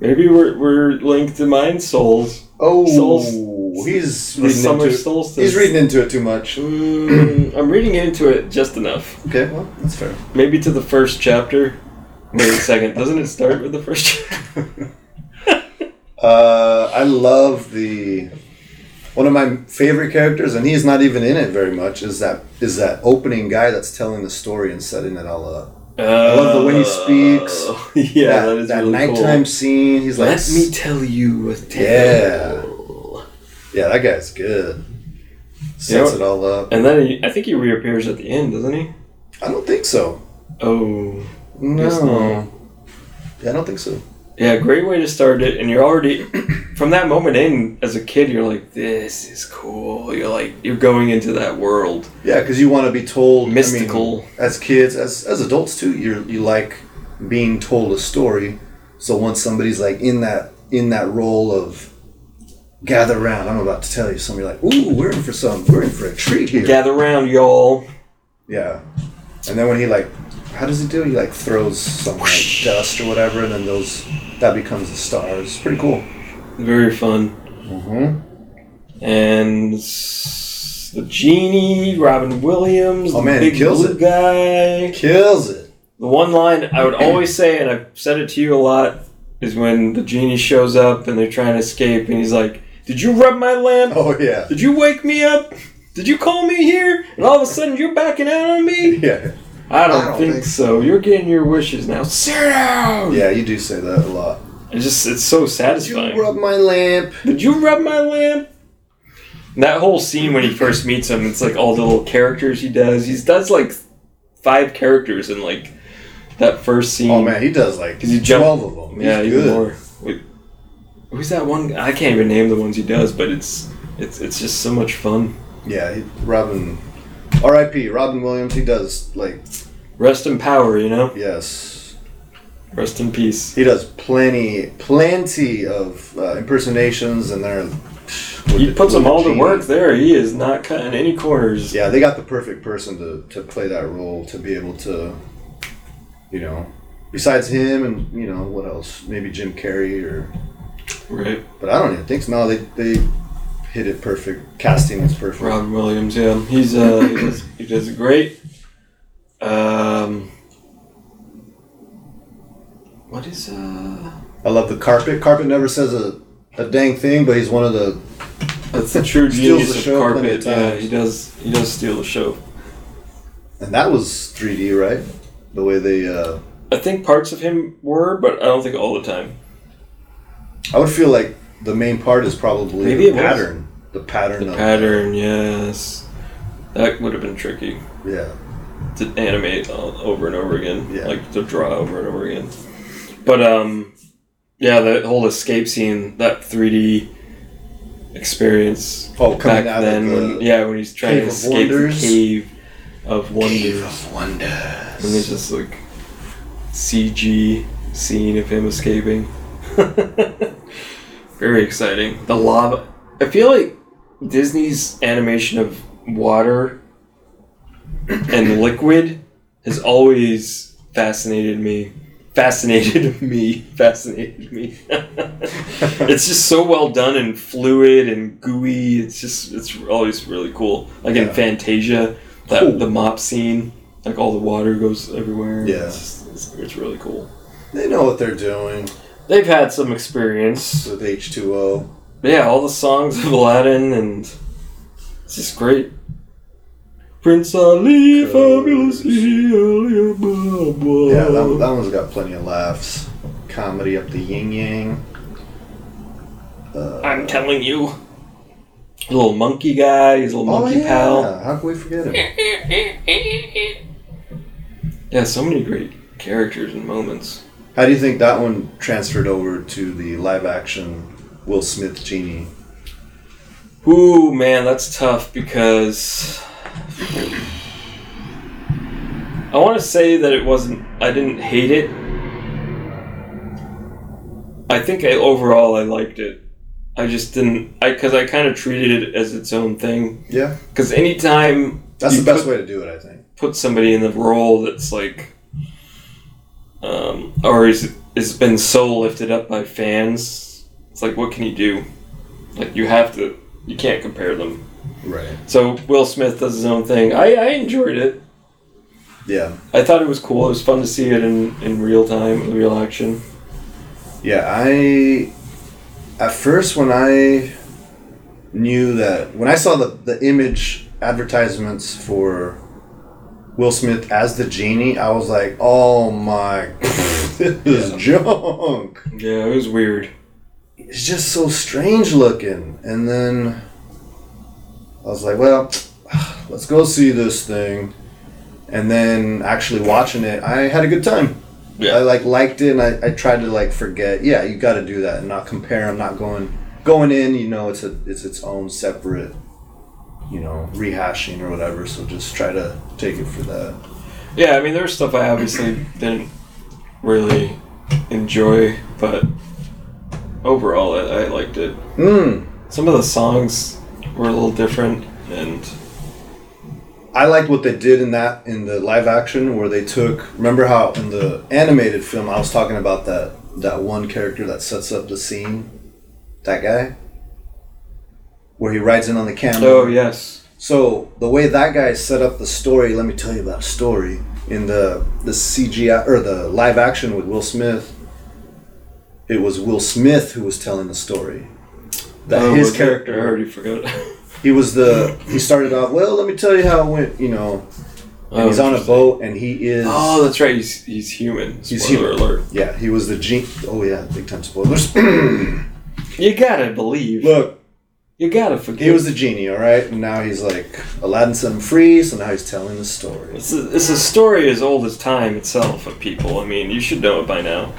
[SPEAKER 1] Maybe we're, we're linked to mind souls.
[SPEAKER 2] Oh,
[SPEAKER 1] Souls-
[SPEAKER 2] he's
[SPEAKER 1] The
[SPEAKER 2] reading
[SPEAKER 1] summer
[SPEAKER 2] into
[SPEAKER 1] solstice.
[SPEAKER 2] he's reading into it too much.
[SPEAKER 1] Mm, I'm reading into it just enough.
[SPEAKER 2] Okay, well, that's fair.
[SPEAKER 1] Maybe to the first chapter. Maybe second. Doesn't it start with the first chapter?
[SPEAKER 2] Uh, I love the one of my favorite characters, and he's not even in it very much. Is that is that opening guy that's telling the story and setting it all up?
[SPEAKER 1] Uh,
[SPEAKER 2] love the way he speaks.
[SPEAKER 1] Yeah,
[SPEAKER 2] that,
[SPEAKER 1] that is
[SPEAKER 2] that
[SPEAKER 1] really
[SPEAKER 2] nighttime
[SPEAKER 1] cool.
[SPEAKER 2] scene. He's like,
[SPEAKER 1] Let me tell you a tale.
[SPEAKER 2] Yeah. yeah, that guy's good. Sets
[SPEAKER 1] know-
[SPEAKER 2] it all up.
[SPEAKER 1] And then he, I think he reappears at the end, doesn't he?
[SPEAKER 2] I don't think so.
[SPEAKER 1] Oh. Guess
[SPEAKER 2] No,
[SPEAKER 1] not.
[SPEAKER 2] yeah, I don't think so.
[SPEAKER 1] Yeah, great way to start it. And you're already, from that moment in, as a kid, you're like, this is cool. You're like, you're going into that world.
[SPEAKER 2] Yeah, because you want to be told I mean,
[SPEAKER 1] Mystical.
[SPEAKER 2] as kids, as as adults too. You you like being told a story. So once somebody's like in that in that role of gather around, I'm about to tell you something. You're like, ooh, we're in for some, we're in for a treat here.
[SPEAKER 1] Gather round, y'all.
[SPEAKER 2] Yeah. And then when he like, how does he do? it? He like throws some like dust or whatever, and then those that becomes the stars. It's pretty cool.
[SPEAKER 1] Very fun.
[SPEAKER 2] Mm-hmm.
[SPEAKER 1] And s- the genie, Robin Williams,
[SPEAKER 2] Oh,
[SPEAKER 1] the
[SPEAKER 2] man, he
[SPEAKER 1] big
[SPEAKER 2] kills
[SPEAKER 1] blue
[SPEAKER 2] it.
[SPEAKER 1] guy.
[SPEAKER 2] Kills it.
[SPEAKER 1] The one line I would always say, and I've said it to you a lot, is when the genie shows up and they're trying to escape, and he's like, "Did you rub my lamp?
[SPEAKER 2] Oh yeah,
[SPEAKER 1] Did you wake me up? Did you call me here? And all of a sudden you're backing out on me?
[SPEAKER 2] yeah,
[SPEAKER 1] I don't,
[SPEAKER 2] I don't
[SPEAKER 1] think,
[SPEAKER 2] think
[SPEAKER 1] so. You're getting your wishes now. Sit down.
[SPEAKER 2] yeah. You do say that a lot.
[SPEAKER 1] It's just it's so satisfying.
[SPEAKER 2] You rub my lamp.
[SPEAKER 1] Did you rub my lamp? That whole scene when he first meets him, it's like all the little characters he does. He does like five characters in like that first scene.
[SPEAKER 2] Oh man, he does like
[SPEAKER 1] 'Cause he jump-
[SPEAKER 2] twelve of them.
[SPEAKER 1] yeah,
[SPEAKER 2] He's
[SPEAKER 1] even
[SPEAKER 2] good.
[SPEAKER 1] more. Wait, who's that one? I can't even name the ones he does, but it's it's it's just so much fun.
[SPEAKER 2] Yeah, he, Robin. R.I.P. Robin Williams. He does like
[SPEAKER 1] Rest in power, you know?
[SPEAKER 2] Yes,
[SPEAKER 1] Rest in peace.
[SPEAKER 2] he does plenty, plenty of uh, impersonations, and they're.
[SPEAKER 1] He puts them all to
[SPEAKER 2] Genie.
[SPEAKER 1] work there. He is not cutting any corners.
[SPEAKER 2] Yeah, they got the perfect person to, to play that role to be able to, you know, besides him and you know what else? Maybe Jim Carrey or.
[SPEAKER 1] Right.
[SPEAKER 2] But I don't even think so. No, they they hit it perfect. Casting was perfect.
[SPEAKER 1] Robin Williams, yeah. He's uh he does, he does great. Um What is uh
[SPEAKER 2] I love the carpet. Carpet never says a, a dang thing, but he's one of the
[SPEAKER 1] that's the true
[SPEAKER 2] Steals
[SPEAKER 1] genius
[SPEAKER 2] the
[SPEAKER 1] of
[SPEAKER 2] show plenty
[SPEAKER 1] carpet.
[SPEAKER 2] of
[SPEAKER 1] Yeah,
[SPEAKER 2] times.
[SPEAKER 1] he does he does steal the show.
[SPEAKER 2] and that was 3D, right? The way they uh
[SPEAKER 1] I think parts of him were, but I don't think all the time.
[SPEAKER 2] I would feel like the main part is probably
[SPEAKER 1] Maybe
[SPEAKER 2] the
[SPEAKER 1] it was.
[SPEAKER 2] pattern. The pattern
[SPEAKER 1] The
[SPEAKER 2] of
[SPEAKER 1] pattern, yes. That would have been tricky
[SPEAKER 2] Yeah.
[SPEAKER 1] to animate all, over and over again.
[SPEAKER 2] Yeah.
[SPEAKER 1] Like to draw over and over again. But um yeah, the whole escape scene, that 3D experience
[SPEAKER 2] Oh, coming
[SPEAKER 1] back
[SPEAKER 2] out
[SPEAKER 1] then,
[SPEAKER 2] of the
[SPEAKER 1] when, yeah, when he's trying
[SPEAKER 2] Cave
[SPEAKER 1] to
[SPEAKER 2] of
[SPEAKER 1] escape
[SPEAKER 2] Wonders.
[SPEAKER 1] the cave of wonders,
[SPEAKER 2] Cave of Wonders.
[SPEAKER 1] and there's this like CG scene of him escaping. Very exciting. The lava. I feel like Disney's animation of water and liquid has always fascinated me. Fascinated me. Fascinated me. it's just so well done and fluid and gooey. It's just it's always really cool. Like in
[SPEAKER 2] Yeah.
[SPEAKER 1] Fantasia, that
[SPEAKER 2] Cool.
[SPEAKER 1] the mop scene, like all the water goes everywhere.
[SPEAKER 2] Yeah.
[SPEAKER 1] It's, just- it's, it's really cool.
[SPEAKER 2] They know what they're doing
[SPEAKER 1] They've had some experience.
[SPEAKER 2] with H2O.
[SPEAKER 1] But yeah, all the songs of Aladdin and it's just great. Prince Ali,
[SPEAKER 2] Colours.
[SPEAKER 1] fabulous, Elia, blah, blah.
[SPEAKER 2] Yeah, that, one- that one's got plenty of laughs. Comedy up the yin yang. Uh,
[SPEAKER 1] I'm telling you. The little monkey guy, his
[SPEAKER 2] Oh,
[SPEAKER 1] little monkey pal.
[SPEAKER 2] How can we forget him?
[SPEAKER 1] Yeah, so many great characters and moments.
[SPEAKER 2] How do you think that one transferred over to the live action Will Smith Genie?
[SPEAKER 1] Ooh, man, that's tough because I want to say that it wasn't. I didn't hate it. I think I overall I liked it. I just didn't. I because I kind of treated it as its own thing.
[SPEAKER 2] Yeah,
[SPEAKER 1] Because anytime
[SPEAKER 2] that's
[SPEAKER 1] you
[SPEAKER 2] the best
[SPEAKER 1] put-
[SPEAKER 2] way to do it, I think.
[SPEAKER 1] put somebody in the role that's like, um, or is has been so lifted up by fans, it's like what can you do? Like you have to. You can't compare them.
[SPEAKER 2] Right.
[SPEAKER 1] So Will Smith does his own thing. I, I enjoyed it.
[SPEAKER 2] Yeah,
[SPEAKER 1] I thought it was cool. It was fun to see it in, in real time, real action.
[SPEAKER 2] yeah. I at first when I knew that when I saw the the image advertisements for Will Smith as the genie, I was like, oh my, this is junk.
[SPEAKER 1] Yeah, it was weird.
[SPEAKER 2] it's just so strange looking. And then I was like, well, let's go see this thing. And then actually watching it, I had a good time.
[SPEAKER 1] Yeah.
[SPEAKER 2] I like liked it, and I, I tried to like forget. Yeah, you got to do that and not compare. I'm not going going in. You know, it's a it's its own separate, you know, rehashing or whatever. So just try to take it for that.
[SPEAKER 1] Yeah, I mean, there's stuff I obviously didn't really enjoy, but overall, I, I liked it.
[SPEAKER 2] Mm.
[SPEAKER 1] Some of the songs were a little different, and
[SPEAKER 2] I liked what they did in that in the live action where they took. Remember how in the animated film I was talking about that that one character that sets up the scene, that guy, where he rides in on the camera.
[SPEAKER 1] oh yes,
[SPEAKER 2] So the way that guy set up the story, let me tell you about a story in the the CGI or the live action with Will Smith. It was Will Smith who was telling the story. That
[SPEAKER 1] Oh,
[SPEAKER 2] his
[SPEAKER 1] was it?
[SPEAKER 2] character
[SPEAKER 1] I already forgot.
[SPEAKER 2] he was the he started off well let me tell you how it went you know and
[SPEAKER 1] Oh,
[SPEAKER 2] he's on a
[SPEAKER 1] interesting.
[SPEAKER 2] boat and he is
[SPEAKER 1] Oh, that's right. He's he's human.
[SPEAKER 2] He's
[SPEAKER 1] Spoiler
[SPEAKER 2] human.
[SPEAKER 1] alert.
[SPEAKER 2] yeah he was the gene oh yeah big time spoilers
[SPEAKER 1] You gotta believe.
[SPEAKER 2] look
[SPEAKER 1] You gotta forgive.
[SPEAKER 2] he was the genie all right and now he's like aladdin set him free so now he's telling the story
[SPEAKER 1] It's a, it's a story as old as time itself of people. I mean, you should know it by now.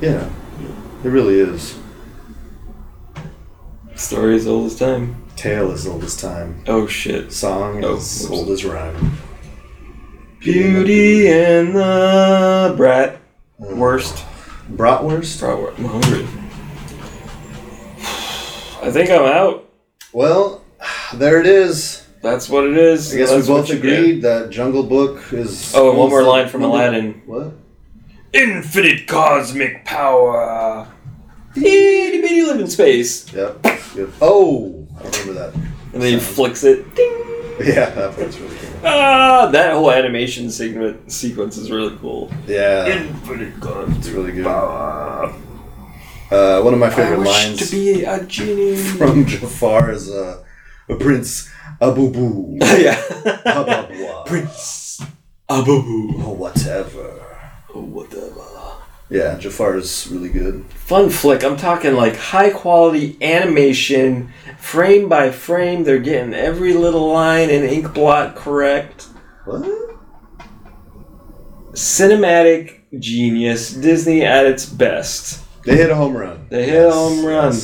[SPEAKER 2] yeah it really is
[SPEAKER 1] Story as old as time.
[SPEAKER 2] tale is old as time
[SPEAKER 1] Oh shit.
[SPEAKER 2] song
[SPEAKER 1] Oh,
[SPEAKER 2] is
[SPEAKER 1] oops.
[SPEAKER 2] old as rhyme
[SPEAKER 1] Beauty and the Brat. Worst.
[SPEAKER 2] Bratwurst.
[SPEAKER 1] Bratwurst. I'm hungry. I think I'm out.
[SPEAKER 2] Well, there it is.
[SPEAKER 1] That's what it is.
[SPEAKER 2] I guess
[SPEAKER 1] That's
[SPEAKER 2] we
[SPEAKER 1] what
[SPEAKER 2] both
[SPEAKER 1] you get.
[SPEAKER 2] agreed that Jungle Book is.
[SPEAKER 1] Oh, and one more
[SPEAKER 2] What's the-
[SPEAKER 1] line from Aladdin.
[SPEAKER 2] What?
[SPEAKER 1] Infinite cosmic power. Itty bitty live in space.
[SPEAKER 2] Yep. yep. Oh, I remember that.
[SPEAKER 1] And then he flicks it. Ding.
[SPEAKER 2] Yeah, that was really good.
[SPEAKER 1] Ah, that whole animation segment sequence is really cool.
[SPEAKER 2] Yeah,
[SPEAKER 1] Infinite cosmic
[SPEAKER 2] it's really good.
[SPEAKER 1] power.
[SPEAKER 2] Uh, one of my
[SPEAKER 1] I
[SPEAKER 2] favorite
[SPEAKER 1] wish
[SPEAKER 2] lines.
[SPEAKER 1] to be a genie.
[SPEAKER 2] from Jafar as uh, Prince Abu Boo,
[SPEAKER 1] yeah.
[SPEAKER 2] Ababwa,
[SPEAKER 1] Prince Abu
[SPEAKER 2] or whatever.
[SPEAKER 1] or whatever.
[SPEAKER 2] Yeah, Jafar is really good.
[SPEAKER 1] Fun flick. I'm talking like high quality animation, frame by frame. They're getting every little line and ink blot correct.
[SPEAKER 2] What?
[SPEAKER 1] Cinematic genius. Disney at its best.
[SPEAKER 2] They hit a home run.
[SPEAKER 1] They hit a home run.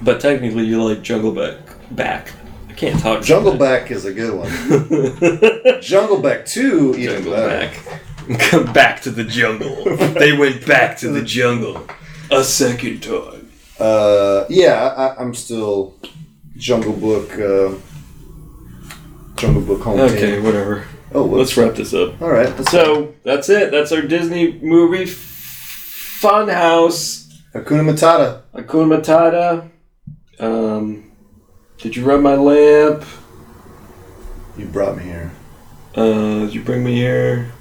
[SPEAKER 1] But technically, you like Jungle Back. Back. I can't talk.
[SPEAKER 2] Jungle Back is a good one. Jungle Back 2, even
[SPEAKER 1] Jungle
[SPEAKER 2] better.
[SPEAKER 1] back. Come back to the jungle. they went back to the jungle a second time.
[SPEAKER 2] Uh, yeah, I, I'm still Jungle Book. Uh, Jungle Book home
[SPEAKER 1] Okay,
[SPEAKER 2] team.
[SPEAKER 1] whatever.
[SPEAKER 2] Oh,
[SPEAKER 1] Let's wrap this up.
[SPEAKER 2] All right. That's
[SPEAKER 1] So that's it. That's our Disney movie f- Funhouse.
[SPEAKER 2] Hakuna Matata.
[SPEAKER 1] Akuna Matata. Um, did you rub my lamp?
[SPEAKER 2] You brought me here.
[SPEAKER 1] Uh, did you bring me here?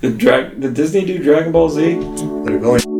[SPEAKER 1] Did, drag- did Disney do Dragon Ball Z?
[SPEAKER 2] They're going.